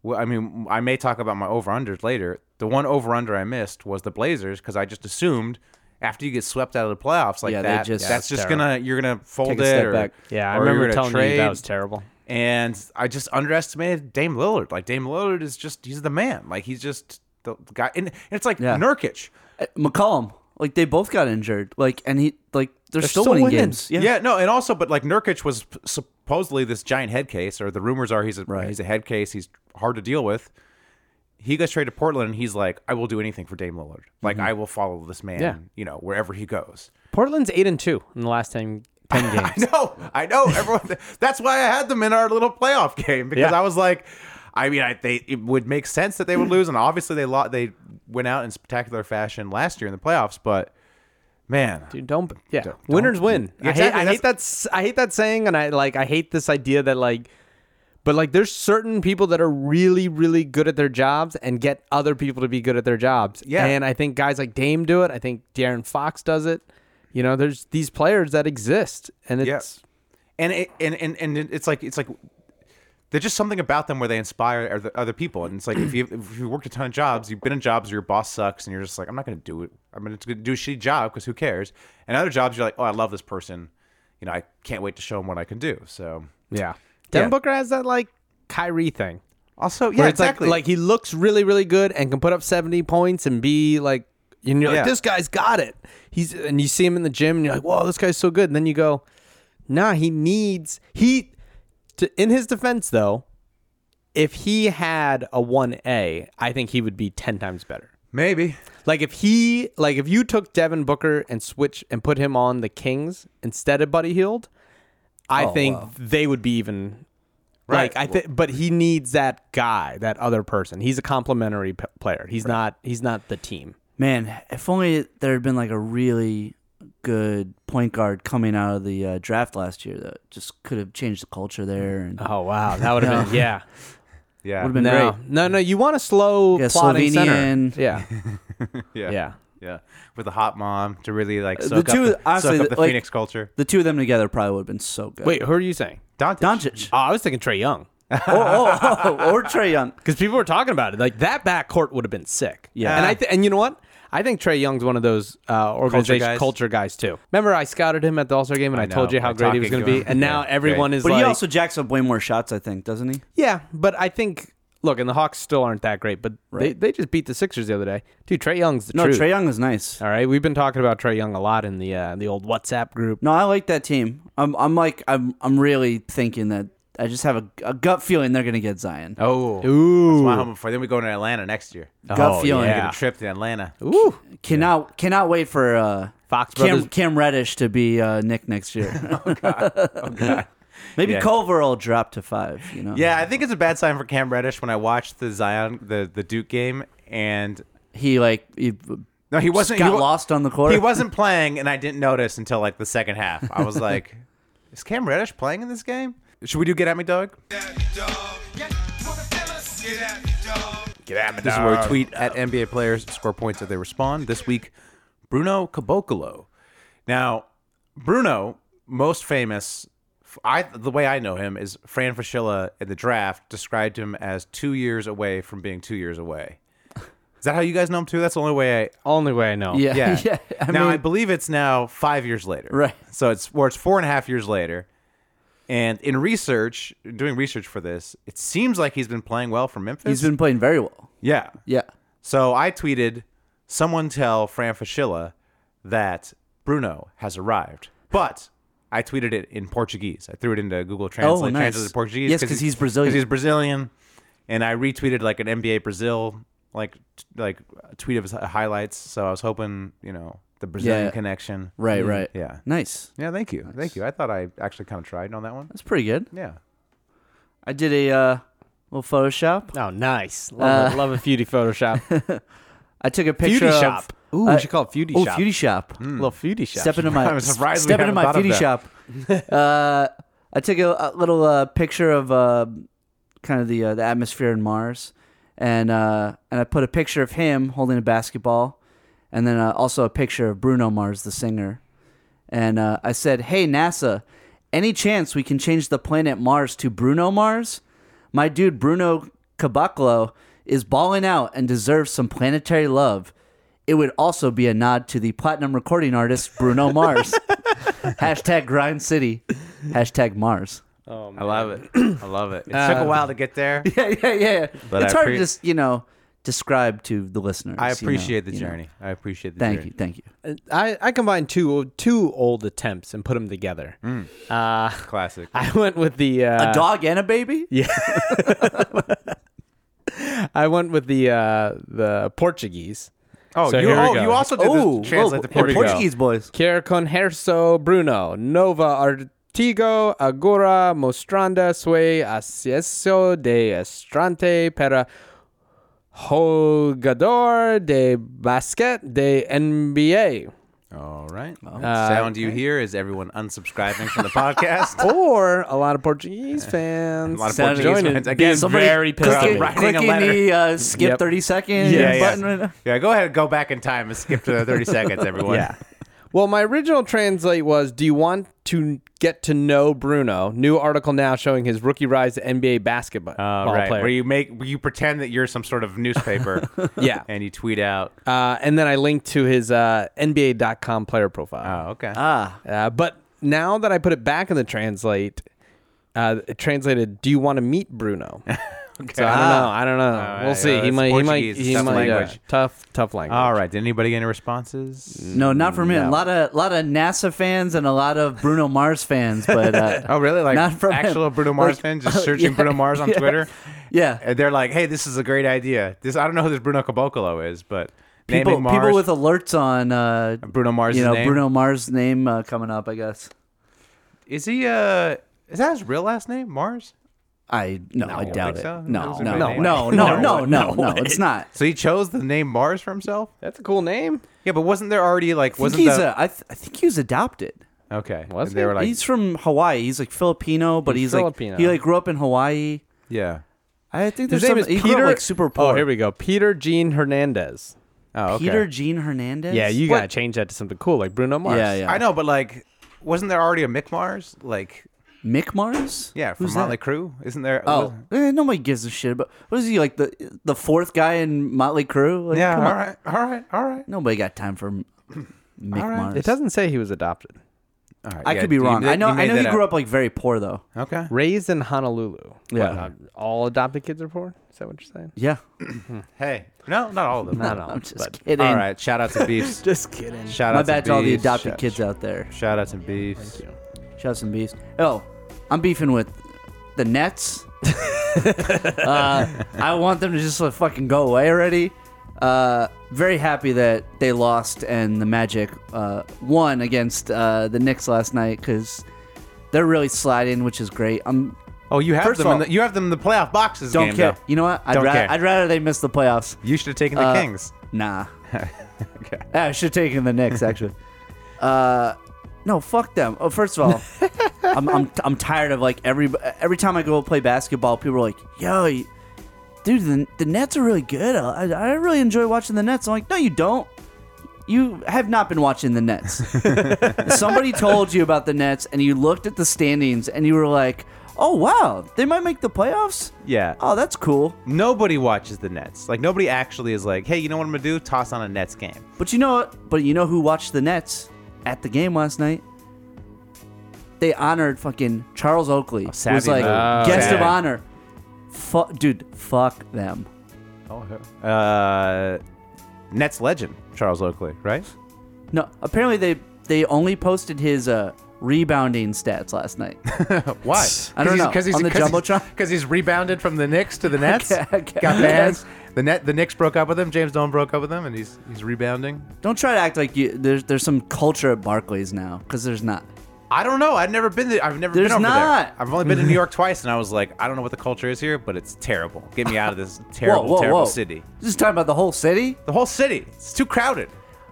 well, I mean, I may talk about my over-unders later. The one over-under I missed was the Blazers because I just assumed after you get swept out of the playoffs like
Yeah, they
that,
just-
that's
Yeah,
just
terrible.
gonna you're gonna fold
Take
it
a step
or
back.
yeah, I
or you're
remember
gonna
telling you
trade.
that was terrible.
And I just underestimated Dame Lillard. Like Dame Lillard is just he's the man. Like he's just the guy, and, and it's like
Yeah.
Nurkic.
uh, McCollum. Like they both got injured. Like and he like they're, still,
still
winning,
winning.
games.
Yeah. no, and also, but like Nurkic was p- supposedly this giant head case, or the rumors are he's a
Right.
he's a head case. He's hard to deal with. He gets traded to Portland, and he's like, I will do anything for Dame Lillard. Like I will follow this man,
Mm-hmm. Yeah.
you know, wherever he goes. (laughs)
Portland's 8 and 2 in the last 10,
(laughs)
10 games.
I know, I know, everyone. That's why I had them in our little playoff game because
Yeah.
I was like, I mean, I, they it would make sense that they would lose, and obviously they lo- they went out in spectacular fashion last year in the playoffs. But man,
Dude, don't. Yeah, winners win.
Exactly,
I hate, I hate that. s- I hate that saying, and I like. I hate this idea that like, but like, there's certain people that are really, really good at their jobs and get other people to be good at their jobs.
Yeah.
and I think guys like Dame do it. I think Darren Fox does it. You know, there's these players that exist, and it's
yes, and it, and and and it's like it's like there's just something about them where they inspire other, other people, and it's like if you if you worked a ton of jobs, you've been in jobs where your boss sucks, and you're just like, I'm not gonna do it. I'm gonna do a shitty job because who cares? And other jobs, you're like, oh, I love this person. You know, I can't wait to show them what I can do. So
yeah. Devin
Yeah.
Booker has that like Kyrie thing.
also,
where
yeah,
it's like-
exactly.
Like, he looks really, really good and can put up 70 points and be like, you know,
Yeah.
like, this guy's got it. He's and you see him in the gym and you're like, whoa, this guy's so good. And then you go, nah, he needs he. To, in his defense, though, if he had a one A, I think he would be ten times better.
maybe
Like if he like if you took Devin Booker and switch and put him on the Kings instead of Buddy Hield, I
Oh,
think they would be even
Right.
Like I think, but he needs that guy, that other person. He's a complementary p- player. He's not. He's not the team.
Man, if only there had been like a really good point guard coming out of the uh, draft last year that just could have changed the culture there. And
Oh wow, that would have been yeah.
yeah,
Would've (laughs) been
No,
great.
no, no. You want a slow
Yeah,
plotting
Slovenian.
center. (laughs)
yeah,
Yeah, yeah.
yeah, with a hot mom to really like
Uh, The
soak
two-
up the,
honestly,
soak up the
like-
Phoenix culture.
The two of them together probably would have been so good.
Wait, who are you saying?
Doncic.
(laughs)
Doncic.
Oh, I was thinking Trey Young
oh, oh, oh, or Trey Young.
because people were talking about it. Like that backcourt would have been sick.
Yeah.
and I th- and you know what? I think Trey Young's one of those uh, organization
guys.
culture guys. too. Remember, I scouted him at the All Star game and I,
know,
told you how
by
great he was
talking
going to
to
be,
him.
and now
Yeah,
everyone
great.
is
But
like,
he also jacks up way more shots, I think, doesn't he?
Yeah, but I think look, and the Hawks still aren't that great, but they,
Right.
they just beat the Sixers the other day. Dude, Trey Young's the
No,
truth.
Trey Young is nice.
All right, we've been talking about Trey Young a lot in the uh, the old WhatsApp group.
No, I like that team. I'm, I'm like, I'm, I'm really thinking that I just have a, a gut feeling they're gonna get Zion.
Oh,
Ooh,
That's my home before. Then we go to Atlanta next year.
gut feeling.
Take a trip to Atlanta.
ooh,
Cannot, cannot wait for uh,
Fox
Cam,
Brothers.
Cam Reddish to be uh, Nick next year.
(laughs) Oh,
Maybe (laughs)
Yeah.
Culver will drop to five. You know,
Yeah, I think it's a bad sign for Cam Reddish when I watched the Zion, the the Duke game, and
he like he
no, he wasn't.
got
he, wa-
lost on the court.
He wasn't playing, and I didn't notice until like the second half. I (laughs) was like, "Is Cam Reddish playing in this game? Should we do Get At Me, Dog?" This is where we tweet at NBA players, score points if they respond. This week, Bruno Caboclo. Now, Bruno, most famous, f- I the way I know him is Fran Fraschilla in the draft described him as two years away from being two years away. Is that how you guys know him too? That's the only way I.
Only way I know.
(laughs) Yeah,
(laughs) Yeah.
(laughs) yeah. I
now I
mean,
believe it's now five years later.
Right.
So it's where it's four and a half years later. And in research, doing research for this, it seems like he's been playing well for Memphis.
he's been playing very well.
yeah.
Yeah,
So I tweeted, someone tell Fran Fraschilla that Bruno has arrived. But I tweeted it in Portuguese. I threw it into Google Translate,
Oh, nice.
translated to Portuguese.
Yes, 'cause
he-
he's Brazilian.
he's Brazilian. And I retweeted like an NBA Brazil like t- like a tweet of his hi- highlights. So I was hoping, you know, the Brazilian
Yeah.
connection. Mm-hmm.
right, right.
Mm, Yeah.
nice.
Yeah, thank you. Thank you. I thought I actually kind of tried on that one.
That's pretty good.
Yeah.
I did a uh, little Photoshop.
Oh, nice. Love, it. love a feudy (laughs) Photoshop.
I took a
Feudy
picture of
shop. Uh, Ooh, we should call it feudy
oh,
shop. Hmm.
Feudy shop.
little feudy shop.
Step
(laughs)
into my
I'm surprised we
step into
haven't
my
thought of
beauty
that.
shop. uh, I took a, a little uh, picture of uh, kind of the uh, the atmosphere in Mars, and uh, and I put a picture of him holding a basketball, and then uh, also a picture of Bruno Mars, the singer, and uh, I said, "Hey NASA, any chance we can change the planet Mars to Bruno Mars? My dude Bruno Caboclo is balling out and deserves some planetary love." It would also be a nod to the platinum recording artist Bruno (laughs) Mars. Hashtag Grind City. Hashtag Mars. (laughs)
I love it. I love it. It took
Uh,
a while to get
(laughs)
there.
Yeah, yeah, yeah.
But
it's
I
hard
appre-
to just, you know, describe to the listeners.
I
you
appreciate
know,
the
you know.
journey. I appreciate the
Thank
journey.
you. Thank you.
Uh, I, I combined two two old attempts and put them together. Uh,
Classic.
I went with the uh,
a dog and a baby? Yeah.
I went with the uh, the Portuguese.
Oh,
So
you,
here we
oh
go.
you also did
Oh,
this translate
oh,
to
Portuguese
Portuguese.
boys.
Quer conherso Bruno Nova Tigo agora mostranda sue accesso de estrante para jogador de basket de NBA.
All right.
Uh,
Sound you hear is everyone unsubscribing from the
(laughs)
podcast.
Oh,
Or a lot of Portuguese
(laughs)
fans.
A lot of
Sound
Portuguese
joining.
fans. Again,
Somebody
very pissed
clicking,
at me. Writing a
clicking
letter.
the uh, skip
Yep.
30 second
Yeah, yeah.
button right now.
Yeah, go ahead and go back in time and skip to the 30 seconds, everyone.
Yeah. Well, my original translate was Do you want to get to know Bruno? New article now showing his rookie rise to NBA basketball
Uh,
ball
right.
player.
Where you make where you pretend that you're some sort of
(laughs)
newspaper.
Yeah.
(laughs) And you tweet out.
uh, and then I linked to his uh, NBA.com player profile.
Oh, okay.
Ah,
Uh, but now that I put it back in the translate, uh, it translated Do you want to
(laughs)
meet Bruno? So I don't know.
Ah.
I don't know.
All
we'll
right.
see.
Uh,
he
it's
might.
Portuguese.
He might. He
Tough
might. uh,
language.
tough. Tough language.
All right. Did anybody get any responses?
no, not for me. A lot of lot of NASA fans and a lot of Bruno Mars fans, but uh,
Oh, really? Like
Not from him.
actual Bruno Mars
Like, uh,
fans just searching
yeah,
Bruno
(laughs)
Mars on
yeah.
Twitter.
yeah,
And they're like, "Hey, this is a great idea." This I don't know who this Bruno Caboclo is, but
people
naming Mars,
people with alerts on uh,
Bruno Mars.
you know
name.
Bruno Mars name uh, coming up. I guess
Is he? Uh, is that his real last name, Mars?
I no, I doubt
think
it.
so.
No,
Those are
no,
my
no,
names.
no, no, no, no, no. It's not.
So he chose the name Mars for himself.
That's a cool name.
Yeah, but wasn't there already like
I think
wasn't
he's
the
a, I, th- I think he was adopted.
okay?
Was
and they
he?
were like,
he's from Hawaii. He's like Filipino, but he's,
He's
like
Filipino.
he like grew up in Hawaii.
yeah.
I think
His
there's
name
some, he
is Peter.
grew up like super poor.
Oh, here we go. Peter Gene Hernandez.
Oh, okay.
Peter Gene Hernandez.
Yeah, you
What?
gotta change that to something cool like Bruno Mars.
Yeah, yeah.
I know, but like, wasn't there already a Mick Mars? Like,
Mick Mars.
yeah, from
Who's
Motley
that?
Crue. Isn't there?
Oh, eh, nobody gives a shit about. What is he like the the fourth guy in Motley Crue? Like,
yeah.
come
All
on.
right. All right. All right.
Nobody got time for Mick Mars.
It doesn't say he was adopted.
All right.
I
yeah,
could be
you
wrong.
made-
I know.
you
I
made
know he
that
grew up like very poor though.
Okay.
Raised in Honolulu.
Yeah.
What, not all adopted kids are poor. Is that what you're saying?
Yeah.
Hey, no, not all of them.
I don't know.
I'm just
but-
kidding.
All right. Shout out
(laughs)
to Beefs.
Just kidding.
Shout
My
out
bad
to,
to all the
Beefs.
adopted
Shout-
kids out there.
Shout out to Beefs.
Shout some beefs. Oh, I'm beefing with
(laughs)
the Nets. uh, I want them to just like, fucking go away already. Uh, very happy that they lost and the Magic uh, won against uh, the Knicks last night because they're really sliding, which is great. I'm
Oh, you have
First
them.
of
in
all-
the, you have them in the playoff boxes.
don't
game,
care.
though.
You know what? I'd,
Don't
rather,
care.
I'd rather they miss the playoffs.
You should have taken the
Uh,
Kings.
(laughs) Nah. I should have taken the Knicks actually. (laughs) Uh, no, fuck them. Oh, first of (laughs) all, I'm, I'm I'm tired of like every every time I go play basketball, people are like, "Yo, you- dude, the, the Nets are really good. I, I really enjoy watching the Nets." I'm like, "No, you don't. You have not been watching the (laughs) Nets. Somebody told you about the Nets, and you looked at the standings, and you were like." Oh wow! They might make the playoffs.
Yeah.
Oh, that's cool.
Nobody watches the Nets. Like nobody actually is like, hey, you know what I'm gonna do? Toss on a Nets game.
But you know what? But you know who watched the Nets at the game last night? They honored fucking Charles Oakley. Who's
savvy Oh,
was like
move.
guest of
Savvy.
honor. Fuck, dude, fuck them.
Oh, uh, Nets legend Charles Oakley, right?
No, apparently they they only posted his uh, rebounding stats
(laughs)
last night.
Oh, Why?
(laughs) I don't know. On the
(laughs)
Jumbotron?
Because he's rebounded from the Knicks
(laughs)
to the Nets.
Okay, okay.
Got
(laughs)
banned. The net. The Knicks broke up with him. James Dolan broke up with him, and he's he's rebounding.
Don't try to act like you. There's there's some culture at Barclays now because there's not.
I don't know. I've never been there. I've never
There's
been over
not.
there. I've only been
(laughs)
to New York twice, and I was like, I don't know what the culture is here, but it's terrible. Get me out of this terrible,
(laughs) whoa, whoa,
terrible
whoa!
city.
Just talking about the whole city.
The whole city. It's too crowded.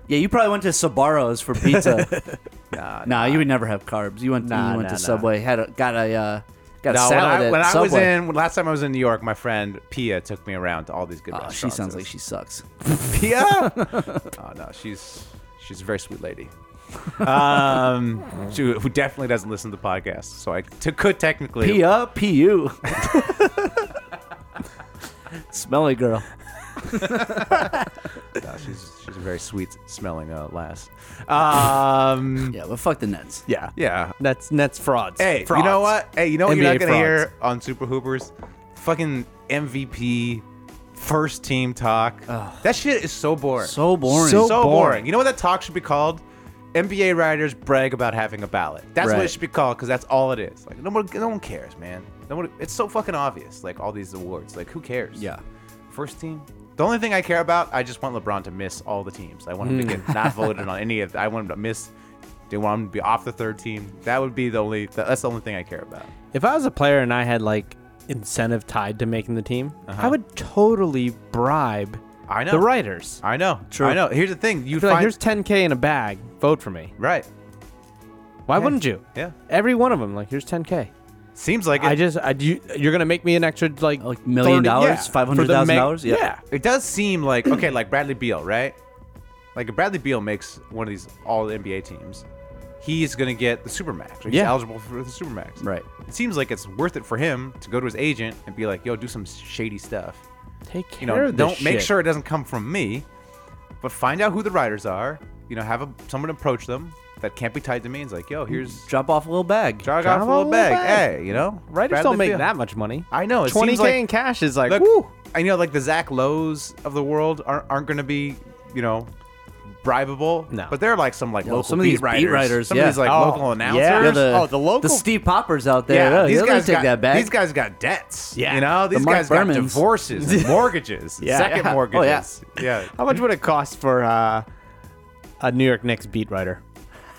Yeah, you probably went to Sabaros
(laughs)
for pizza. nah, you would never have carbs. You went, you went
nah, nah.
to Subway, had a, got a uh, got a
No, when
salad
I,
at
when I was
Subway.
in when, last time I was in New York, my friend Pia took me around to all these good
Oh,
restaurants.
she sounds like she sucks.
Pia. oh
(laughs)
no, she's she's a very sweet lady. Um, she, who definitely doesn't listen to the podcast, so I t- could technically
Pia, PU. Smelly girl.
No, she's she's a very sweet smelling uh, lass. Um,
(laughs) Yeah, but fuck the Nets.
Yeah.
yeah.
That's Nets frauds.
Hey,
Frauds.
you know what? Hey, you know what you're
NBA
not gonna
frauds.
hear on Super Hoopers? Fucking MVP first team talk. That shit is so boring.
So boring.
So,
So
boring.
boring.
You know what that talk should be called? NBA writers brag about having a ballot. That's what
Right.
it should be called because that's all it is. Like no one, no one cares, man. No one, it's so fucking obvious. Like all these awards. Like who cares?
Yeah.
First team. The only thing I
Hmm. (laughs)
care about, I just want LeBron to miss all the teams. I want him to get not voted on any of. I want him to miss They want him to be off the third team. That would be the only. That's the only thing I care about.
If I was a player and I had like incentive tied to making the team, I would totally bribe
Uh-huh. I know.
the writers.
I know.
True.
I know. Here's the thing. You
Be
find
like, here's 10k in a bag. Vote for me.
right.
Why wouldn't you?
Yeah.
Every one of them, like, here's 10k.
Seems like it.
I just, I, you, you're gonna make me an extra like,
Like million
30
dollars?
yeah, for the
$500,000?
meg-
Yeah.
yeah.
It does seem like okay, like Bradley Beal, right? Like if Bradley Beal makes one of these All NBA teams, he's gonna get the supermax. Or he's
Yeah.
eligible for the supermax.
Right.
It seems like it's worth it for him to go to his agent and be like, "Yo, do some shady stuff."
Take care
You know,
of this
don't make
shit.
sure it doesn't come from me, but find out who the writers are. You know, have a, someone approach them that can't be tied to me. And it's like, "Yo,
Mm,
here's
Drop off a little bag.
jog
drop
off a
a
little
little
bag.
bag.
Hey, you know,
Writers
Bradley
don't make
Beal.
that much money.
I know, it
20k
seems like-
in cash is like,
Look,
woo.
I know like the Zach Lowe's of the world aren't, aren't going to be, you know, bribable.
No.
But they're like some like
Yo,
local
some of these beat writers,
some
yeah.
of these like
Oh,
local announcers.
yeah.
Yeah, the,
Oh, the local-
Steve Poppers out there. Yeah,
these
they'll
guys
take
got,
that bag.
These guys got debts.
Yeah.
you know,
The
these
Mark
guys
Bermans.
got divorces,
(laughs)
and mortgages, and
Yeah.
second
Yeah. (laughs) Oh,
mortgages. yeah.
How much would it cost for uh, a New York Knicks beat writer?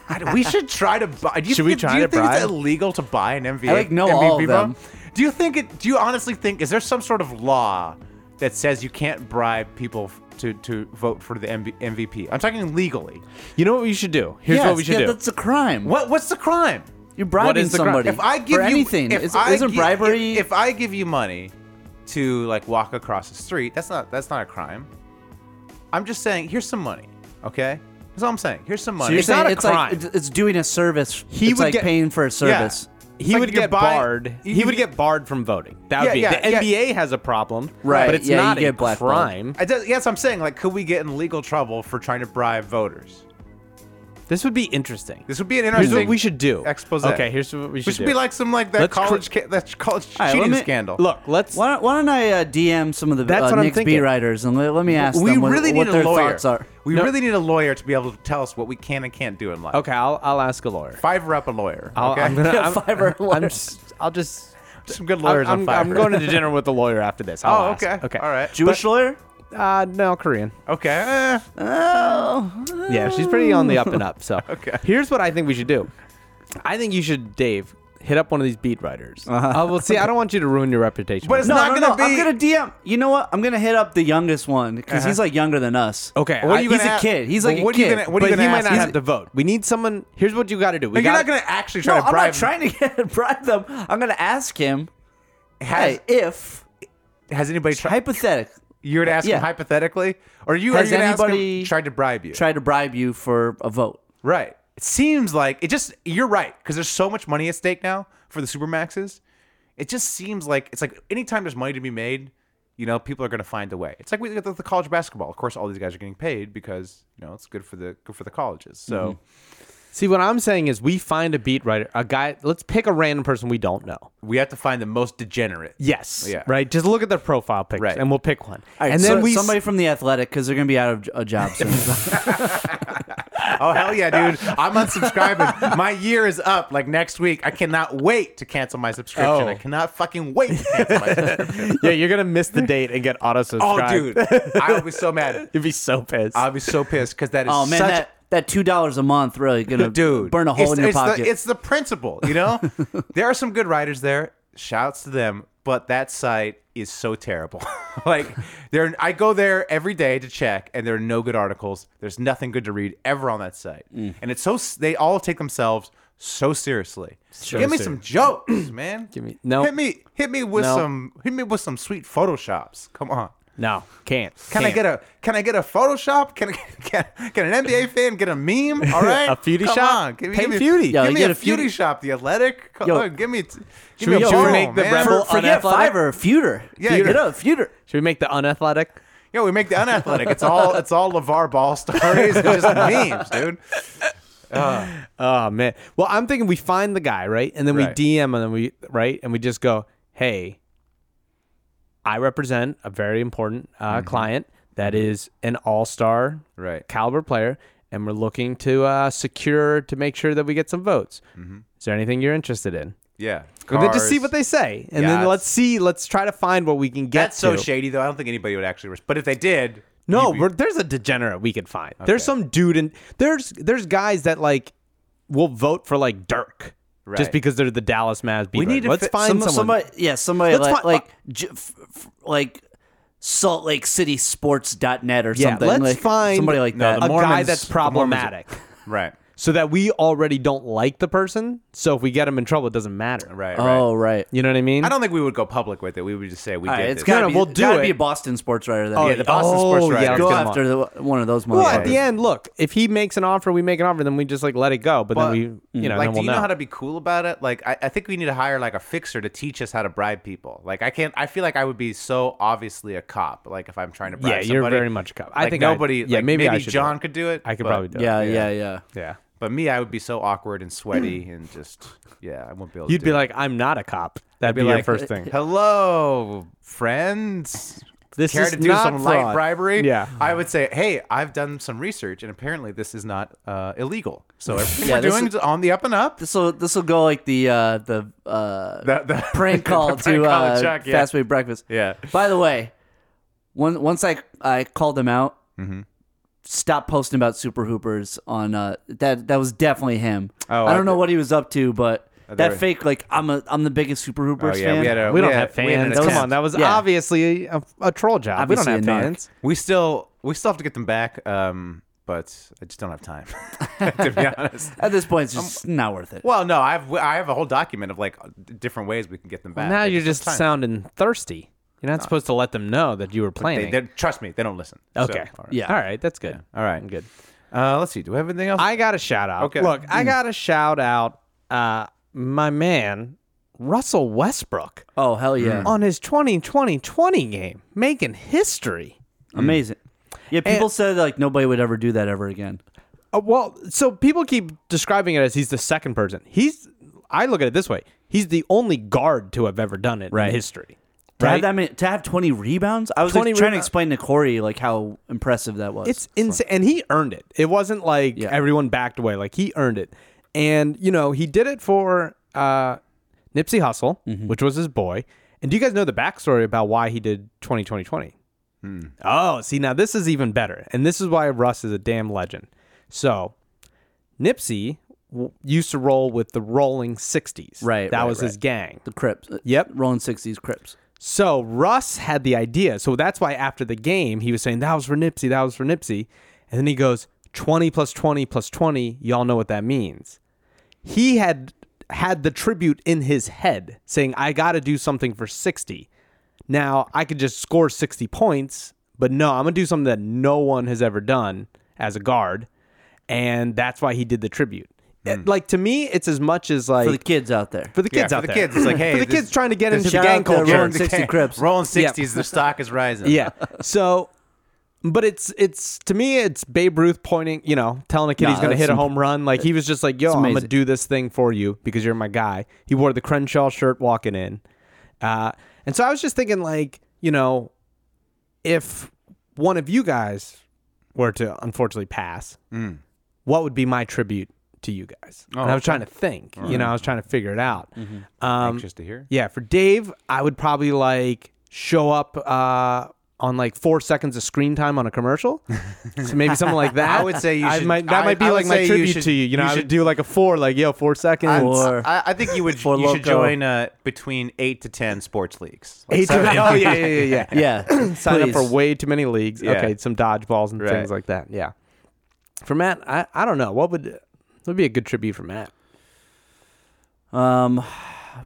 God, we should try to buy. Do you
Should
think,
we try
do you
to
think
bribe?
it's illegal to buy an NBA?
I, like, know
NBA
all of
FIFA?
them.
Do you think it? Do you honestly think is there some sort of law that says you can't bribe people f- to to vote for the MB, MVP? I'm talking legally.
You know what we should do? Here's
Yes,
what we should
yeah,
do.
That's a crime.
What what's the crime?
You're bribing
is the crime?
somebody.
If I give
for
you
anything,
if
is,
I
isn't
gi-
bribery?
If, if I give you money to like walk across the street, that's not that's not a crime. I'm just saying, here's some money. Okay, that's all I'm saying. Here's some money.
you're
It's not
saying
a
it's like
crime.
it's, it's doing a service.
He
it's
would
like
get-
paying for a service.
he
like
would
you
get
buy-
barred.
you-
he would get barred from voting. That would
Yeah,
be
yeah, yeah.
the NBA has a problem,
Right,
But it's
yeah, you
not a
get blackballed.
crime.
Hmm? I does, yes, I'm saying like, could we get in legal trouble for trying to bribe voters?
This would be interesting.
This would be an
Here's
interesting.
what we should do.
expose.
Okay, here's what we should
We should
do.
be like some like that
Let's cr-
college ca- that college
All right, let
cheating
me-
scandal.
Look, let's.
Why, don't- why don't I uh, DM some of the
That's
uh,
what I'm
Knicks beat
thinking.
writers and let, let me ask
we
them what,
really
what
need a
their
lawyer. (laughs)
thoughts are.
We
No.
really need a lawyer to be able to tell us what we can and can't do in life.
Okay, I'll, I'll ask a lawyer.
Fiverr up a lawyer.
I'll,
okay,
I'm gonna,
Yeah,
I'm,
Fiverr
I'm
lawyer.
just, I'll just.
(laughs) some good lawyers on
I'm,
Fiverr.
I'm going
(laughs)
to dinner with the lawyer after this. I'll
Oh,
ask.
okay.
Okay.
All right.
Jewish lawyer?
Uh, no, Korean.
Okay. eh,
Oh,
Yeah, she's pretty on the up and up. So
(laughs) Okay.
here's what I think we should do. I think you should, Dave, hit up one of these beat writers. Uh-huh. well, see, I don't want you to ruin your reputation.
But it's
with it.
no,
not
no,
gonna
no. I'm
be- Uh-huh.
gonna DM. You know what? I'm gonna hit up the youngest one because he's like younger than us.
Okay,
What are
I-
you
he's
gonna
a
ask-
kid. He's like
What
a
are you
kid.
gonna- what are you
but
gonna
he might
ask?
not
He's-
have to vote. We need someone. Here's what you got to do. We
You're not
gotta-
going to actually
no,
try to
I'm
bribe.
not trying to (laughs) get, bribe them. I'm gonna ask him.
Has,
Hey, if
has anybody tried?
hypothetical
You were to ask
Yeah.
him hypothetically, or you are
Has
you gonna ask
anybody
him tried to bribe you?
tried to bribe you for a vote,
right. It seems like it just. You're right because there's so much money at stake now for the supermaxes. It just seems like it's like anytime there's money to be made, you know, people are going to find a way. It's like we with the college basketball. Of course, all these guys are getting paid because you know it's good for the good for the colleges. So
see what I'm saying is we find a beat writer, a guy. Let's pick a random person we don't know.
we have to find the most degenerate.
Yes.
Yeah.
Right. Just look at their profile pictures,
Right.
and we'll pick one.
All right,
and
so
then we s- (laughs)
somebody from the athletic because they're gonna be out of j- a job soon.
(laughs) Oh hell yeah, dude! I'm unsubscribing. my year is up like next week. I cannot wait to cancel my subscription.
Oh.
I cannot fucking wait to cancel my subscription.
yeah, you're gonna miss the date and get auto
oh
subscribed.
dude, I would be so mad.
(laughs) you'd be so pissed.
I'd be so pissed because that is
oh man,
such
that, that two dollars a month really gonna
dude
burn a hole
it's,
in your
it's
pocket.
The, it's the principle, you
(laughs)
know. there are some good writers there. Shouts to them, but that site is so terrible. (laughs) like there, I go there every day to check, and there are no good articles. There's nothing good to read ever on that site,
Mm.
and it's so s- they all take themselves so seriously. Give me some jokes, man. Give
me- no.
Hit me. Hit me with
No.
some. Hit me with some sweet photoshops. Come on.
no, can't.
Can I
Can't.
get a Can I get a Photoshop? Can I, (laughs) can, can an
(laughs)
NBA fan get a meme? All right,
A Feudy
Come
shop?
On. Give, me-
Pay
give me,
Feudy.
Yo,
give me
get
a
a Feudy-
Feudy shop. The Athletic. Come
Yo.
on, give me. Give
we-
me a
should
ball,
we make the
man.
Rebel-
For-
Forget
unathletic?
Fiverr, Feuder.
Yeah,
get
get-
up, Feuder.
Should we make the unathletic?
Yo, we make the unathletic. It's all it's all Levar Ball
(laughs)
stories. It's just memes, dude.
Oh man. Well, I'm thinking we find the guy, right? And then
Right.
we DM and then we right and we just go, "Hey, I represent a very important uh, client that is an all-star
Mm-hmm. Right.
caliber player and we're looking to uh, secure to make sure that we get some votes. Is there anything you're interested in?"
Yeah.
And then just see
Mm-hmm. Cars.
what they say. And then
Yachts.
let's see, let's try to find what we can get
That's so
to.
shady, though. I don't think anybody would actually. Res- but if they did,
No,
you'd be-
we're, there's a degenerate we could find. There's some dude in there's there's guys that like we'll vote for like Dirk
Right.
just because they're the Dallas Mavs.
We
Beaver.
need to
let's
fi-
find
Some,
someone.
somebody, yeah, somebody like
Let's fi-
like j- f- f- like Salt Lake City Sports.net or
Yeah,
something.
let's
like,
find
somebody like
No,
that.
the
a guy
Mormons-
that's
the Mormons-
problematic,
Right.
so that we already don't like the person. So if we get him in trouble, it doesn't matter.
Right.
oh
right.
right,
You know what I mean?
I don't think we would go public with it. We would just say we
All
did
right, it's
this.
gotta
No, no,
be,
we'll
it's
do
gotta be
it.
a Boston sports writer. Then.
Oh,
yeah, the Boston
Oh,
sports writer.
yeah, let's
go
get him
after the, one of those
Well, at
motherfuckers.
the end, look, if he makes an offer, we make an offer, then we just like let it go. But,
But, mm,
then we, you know,
like,
then
do
we'll
you know. how to be cool about it? Like, I, I think we need to hire like a fixer to teach us how to bribe people. Like, I can't. I feel like I would be so obviously a cop. Like, if I'm trying to bribe
Yeah,
somebody,
you're very much a cop. I
Like,
think I-
nobody.
yeah,
like,
maybe I should do
John
it.
could do it.
I could
but-
probably do
yeah,
it.
yeah, yeah.
Yeah.
But me, I would be so awkward and sweaty and just yeah, I wouldn't be able. to
You'd
do
be
it.
like, I'm not a cop. That'd be,
be
your
like-
first thing.
hello,
(laughs)
friends.
This
Care
is
to do
not
some light
fraud.
bribery?
Yeah.
I would say, hey, I've done some research, and apparently this is not uh, illegal. So everything
Yeah,
we're
this
doing
is-
is on the up and up.
This will this will go like the uh, the uh,
The- the-
(laughs)
(laughs)
prank call
the prank
to
call to
uh,
Chuck, yeah.
fast food breakfast.
Yeah.
By the way, one, once I I called them out,
Mm-hmm.
stop posting about Super Hoopers on uh, that that was definitely him.
Oh,
I don't
I-
know what he was up to, but
there
that
we-
fake like I'm a I'm the biggest Super Hoopers fan.
a,
We don't
had-
have
Oh, we had an
fans. Come
attempt.
on, that was
Yeah.
obviously a, a troll job.
Obviously
we
a
don't
knock.
have fans.
We still we still have to get them back, um, but I just don't have time (laughs) to
(laughs)
be honest.
At this point, it's
Um,
just not worth it.
Well, no, I've I have a whole document of like different ways we can get them back.
now
They
you're
don't
just
have time.
sounding thirsty. You're not supposed to let them know that you were
They,
planning.
they- trust me, they don't listen. So,
okay.
all right.
Yeah.
All right. That's good.
All right.
I'm good.
Uh, let's see. Do we have anything else?
I got a shout out.
Okay.
Look, I got to shout out uh, my man, Russell Westbrook,
Oh hell yeah,
on his 2020 game, making history.
Mm-hmm.
amazing. Yeah, people said like nobody would ever do that ever again.
Uh, well, so people keep describing it as he's the second person. He's, I look at it this way he's the only guard to have ever done it in history.
To have
Right?
that many, to have twenty rebounds, I was like,
20
trying to
rebound-
explain to Corey like how impressive that was.
It's insane, and he earned it. It wasn't like
Yeah.
everyone backed away. Like he earned it, and you know he did it for uh, Nipsey Hussle,
Mm-hmm.
which was his boy. And do you guys know the backstory about why he did 20 20 20? Oh, see now this is even better, and this is why Russ is a damn legend. So Nipsey w- used to roll with the Rolling Sixties.
Right,
that
right,
was his
right.
gang.
the Crips. uh,
Yep.
Rolling sixties Crips.
So Russ had the idea. So that's why after the game, he was saying, that was for Nipsey, that was for Nipsey. And then he goes, 20 plus 20 plus 20, y'all know what that means. He had had the tribute in his head saying, I got to do something for 60. Now I could just score 60 points, but no, I'm going to do something that no one has ever done as a guard. And that's why he did the tribute. It-
Hmm.
like to me, it's as much as like
For the kids out there.
for the
Yeah,
kids
for
out
the
there.
kids,
(laughs)
it's like, hey,
for the
this-
kids trying to get into
shout
gang
out to
culture.
Rolling 60 Crips.
Rolling sixties, their stock is
(laughs)
rising.
Yeah. So, but it's it's to me it's Babe Ruth pointing, you know, telling a kid
Nah,
he's going to
that's
hit a
imp-
home run. Like he was just like, "Yo, I'm going to
amazing.
do this thing for you because you're my guy." He wore the Crenshaw shirt walking in, uh, and so I was just thinking, like, you know, if one of you guys were to unfortunately pass,
Mm.
what would be my tribute to you guys? and
Oh,
I was trying to think, you know, I was trying to figure it out.
Mm-hmm.
Um,
Anxious to hear.
yeah, for Dave, I would probably like show up uh, on like four seconds of screen time on a commercial. so maybe something like that.
(laughs) I would say you
I
should-
might, that
I-
might be
I would
like my
say you
tribute
should-
to you. You know,
you
I
should-
would do like a four, like yo, four seconds.
I,
Or-
I, I think you would.
(laughs) For
you should
Loco.
join uh, between eight to ten sports leagues. Like
Eight to- oh yeah, yeah, yeah,
(laughs)
yeah.
Yeah.
Sign
please.
up for way too many leagues.
Yeah.
Okay, some dodgeballs and
Right.
things like that. Yeah. For Matt, I, I don't know what would what would be a good tribute for Matt. (laughs)
um,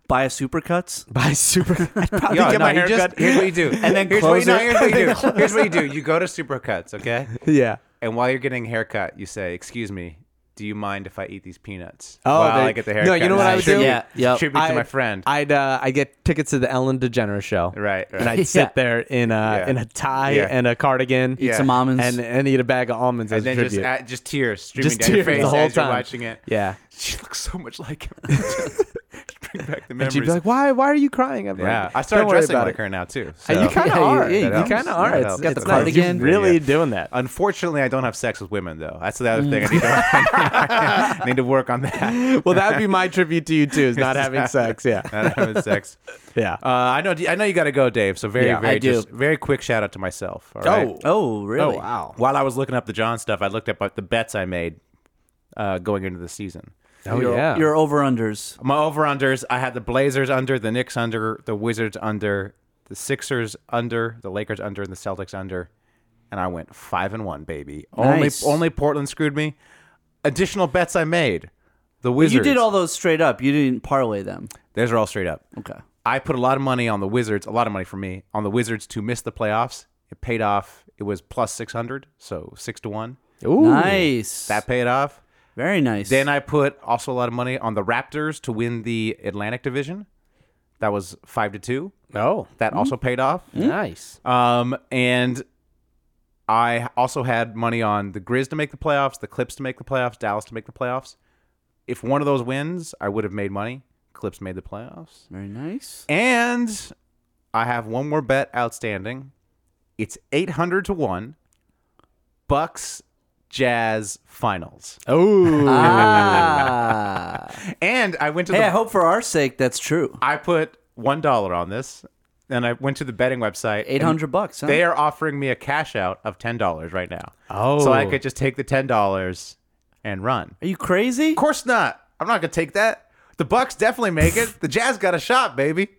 buy a supercuts.
By super, (laughs) I'd probably
Yo, no,
get my
you
haircut.
just, here's what (laughs) you do, and
then
here's what,
close
you, no,
it.
here's what you
(laughs)
do. Here's what you do. You go to Supercuts, okay?
yeah.
And while you're getting a haircut, you say, "Excuse me, do you mind if I eat these peanuts?"
Oh,
while
they-
I get the
no,
haircut.
you know what I
It's a
would do?
tribute-
Yeah, yep.
Tribute to
I'd-
my friend.
I'd uh, I get tickets to the Ellen DeGeneres show.
Right, right.
(laughs) And I'd
Yeah.
sit there in a
Yeah.
in a tie
Yeah.
and a cardigan.
Yeah.
Some almonds.
And and eat a bag of almonds
and
as
then
a
just
tribute.
at, just tears streaming
Just
down your
tears
face
the whole
as
time.
you're watching
(laughs)
it.
yeah.
She looks so much like
(laughs)
him. Bring back the memories.
And she'd be like, "Why? Why are you crying?" I'm
yeah,
like,
I started
"Don't worry
dressing
about
like
it."
her now too.
And you
so-
kind of
Yeah,
are.
yeah,
You,
yeah,
kind
that
of are.
helps.
It's,
Got
it's
the
nice.
cardigan.
You're really
Yeah.
doing that.
Unfortunately, I don't have sex with women though. That's the other thing
Mm.
I need to (laughs) work on.
(laughs)
need to work on that.
Well, that would be my tribute to you too. Is
(laughs)
not having sex. Yeah.
Not having sex.
Yeah.
Uh, I know. I know you got to go, Dave. So very,
Yeah,
very,
I do.
just very quick shout out to myself. all right?
Oh, really?
wow.
While I was looking up the John stuff, I looked up the bets I made uh, going uh, into the season.
Oh
your,
yeah.
Your over unders.
My over unders, I had the Blazers under, the Knicks under, the Wizards under, the Sixers under, the Lakers under, and the Celtics under. And I went five and one, baby.
Nice.
Only only Portland screwed me. Additional bets I made. The Wizards.
You did all those straight up. You didn't parlay them.
Those are all straight up.
Okay.
I put a lot of money on the Wizards, a lot of money for me, on the Wizards to miss the playoffs. It paid off. It was plus 600, so 6 to 1.
Ooh.
Nice.
That paid off.
Very nice.
Then I put also a lot of money on the Raptors to win the Atlantic Division. That was 5 to 2.
Oh,
That also paid off.
Hmm? nice.
Um, and I also had money on the Grizz to make the playoffs, the Clips to make the playoffs, Dallas to make the playoffs. If one of those wins, I would have made money. Clips made the playoffs. (laughs)
Very nice.
And I have one more bet outstanding. It's 800 to 1 Bucks Jazz Finals.
Oh, (laughs)
Ah.
And I went to
hey,
the
I hope for our sake that's true.
I put $1 on this and I went to the betting website. and
800 bucks, huh?
They are offering me a cash out of $10 right now. So I
Oh.
could just take the $10 and run.
Are you crazy?
Of course not. I'm not going to take that. The Bucks definitely make it. The Jazz got a shot, baby.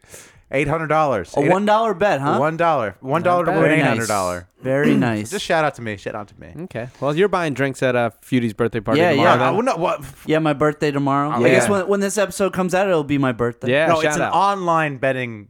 $800.
A one dollar bet, huh?
One dollar. One dollar to
bad.
win
Very
eight
nice.
hundred dollar. (clears throat)
Very nice.
Just shout out to me. Shout out to me.
okay. Well, you're buying drinks at uh, Feudy's birthday party
Yeah,
tomorrow.
yeah.
I
then.
would not- what-
yeah, my birthday tomorrow. I
Yeah.
guess when, when this episode comes out, it'll be my birthday.
Yeah,
no,
shout
it's an
out.
online betting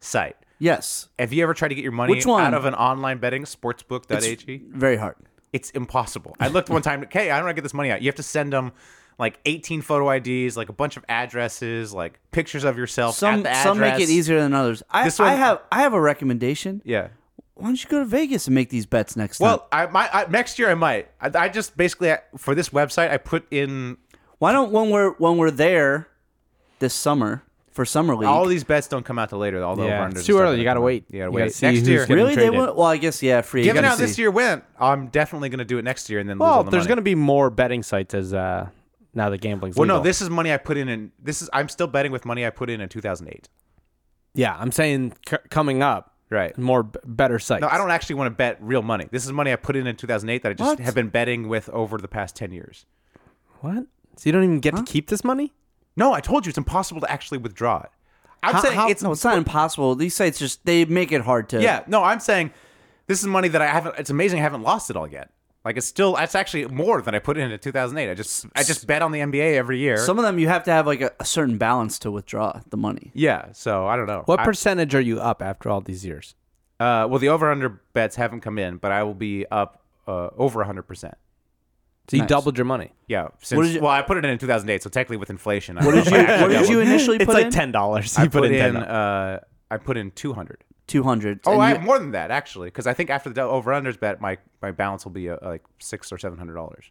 site.
Yes.
Have you ever tried to get your money
Which one?
out of an online betting sportsbook.ag? It's,
Very hard.
it's impossible. I looked one time. Hey, I don't want to get this money out. You have to send them like 18 photo IDs, like a bunch of addresses, like pictures of yourself. at
Some
the
some make it
address.
easier than others. I,
This one-
I have I have a recommendation.
Yeah.
Why don't you go to Vegas and make these bets next time?
Well, I, my, I next year I might. I, I just basically for this website I put in
why don't when we're when we're there this summer for summer league?
all these bets don't come out till later. All the
Yeah,
over-unders
it's
and
too
stuff
early.
like
You gotta
that.
wait.
You gotta
You
wait.
gotta see
next
who's
year,
gonna-
really? They
traded.
won't. Well, I guess yeah. Free. you
given
gotta
how this
see.
year went, I'm definitely going to do it next year and then. lose
Well,
all the
there's
money.
going to be more betting sites as uh, now that gambling's
Well, no,
legal.
this is money I put in, and this is I'm still betting with money I put in in 2008.
Yeah, I'm saying c- coming up,
Right.
More b- better sites.
No, I don't actually want to bet real money. This is money I put in in 2008 that I just
What?
have been betting with over the past 10 years.
What? So you don't even get to keep this money?
No, I told you it's impossible to actually withdraw it. I'm
How-
saying
how-
it's
No, it's not impossible. These sites just they make it hard to.
yeah. No, I'm saying this is money that I haven't. It's amazing I haven't lost it all yet. Like it's still it's actually more than I put in in 2008. I just I just bet on the NBA every year.
Some of them you have to have like a, a certain balance to withdraw the money.
yeah. So I don't know.
What
I-
percentage are you up after all these years?
Uh, well, the over under bets haven't come in, but I will be up uh, over 100%.
So you
Nice.
doubled your money.
Yeah.
What
Since,
did you-
well, I put it in in 2008, so technically with inflation.
What did you What did
(laughs)
you initially
it's
put
like
in?
ten dollars.
I
You
put, in,
$10.
uh, I put in 200.
Two hundred.
Oh, I have more than that actually, because I think after the over unders bet, my, my balance will be uh, like six or seven hundred dollars.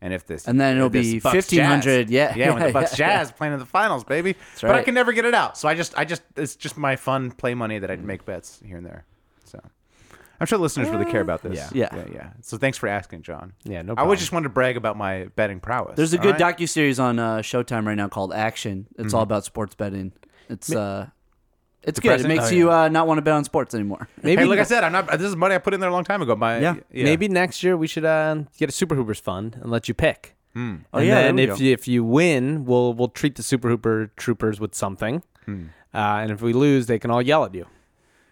And if this,
And then it'll
if this
be
Bucks
1500,
Jazz-
yeah,
yeah, when
yeah,
the Bucks
(laughs) yeah.
Jazz playing in the finals, baby. but I
right.
can never get it out, so I just, I just, it's just my fun play money that I make bets here and there. So I'm sure the listeners really care about this.
Yeah.
yeah, yeah. So thanks for asking, John.
Yeah, no
I would
problem.
just want to brag about my betting prowess.
There's a
all
good
right? Mm-hmm.
docuseries docu series on uh, Showtime right now called Action. It's all about sports betting. It's uh, it's
Depressing?
good. It makes
Oh,
you uh, not want to bet on sports anymore. (laughs)
maybe
Hey, like I said, I'm not. This is money I put in there a long time ago. My
Yeah.
maybe next year we should uh, get a Super Hoopers fund and let you pick.
Hmm.
Oh
and
yeah,
then
there we
if
go.
you, if you win, we'll we'll treat the Super Hooper Troopers with something.
Hmm.
Uh, and if we lose, they can all yell at you.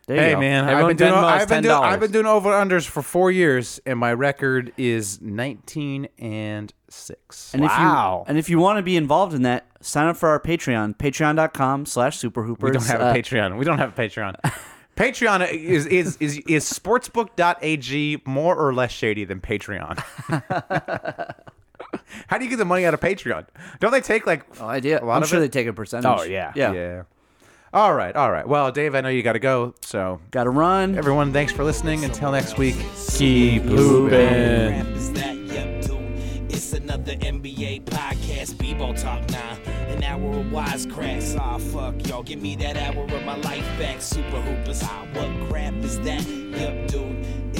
There you
Hey
go.
man, I've been
Everyone
doing
Venmo us
I've been doing
$10.
I've been doing over unders for four years, and my record is 19 and six.
And
Wow.
If you, and if you want to be involved in that, sign up for our Patreon, patreon.com slash superhoopers.
we don't have a
Uh,
Patreon. We don't have a Patreon. (laughs) Patreon is is is is sportsbook.ag more or less shady than
(laughs)
Patreon. How do you get the money out of Patreon? Don't they take like
no idea.
a lot
Oh, I'm
of
sure
it?
they take a percentage.
Oh, yeah.
Yeah.
Yeah. All right, all right. Well, Dave, I know you got to go. So,
Gotta run.
everyone, thanks for listening. Until next week.
Keep
hooping.
rap is that, yep, dude. It's another NBA podcast, b-ball talk now. An hour of wisecracks, ah fuck y'all, give me that hour of my life back. Super hoopers, ah what crap is that? Yup, dude,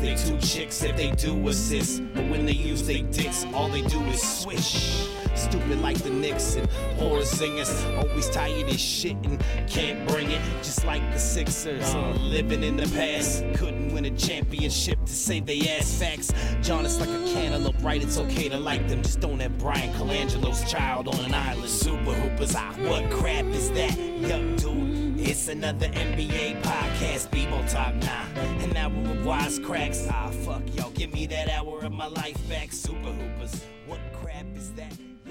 they two chicks if they do assist. But when they use they dicks, all they do is swish. Stupid like the Knicks and poor singers. Always tired as shit and can't bring it. Just like the Sixers. Living in the past. Couldn't win a championship to save they ass facts. John is like a cantaloupe, right? It's okay to like them. Just don't have Brian Colangelo's child on an island. Super hoopers. Ah, what crap is that? Yup, dude. It's another NBA podcast, Bebo Top 9. An hour of wisecracks. Ah, fuck, y'all. Give me that hour of my life back. Super Hoopers. What crap is that?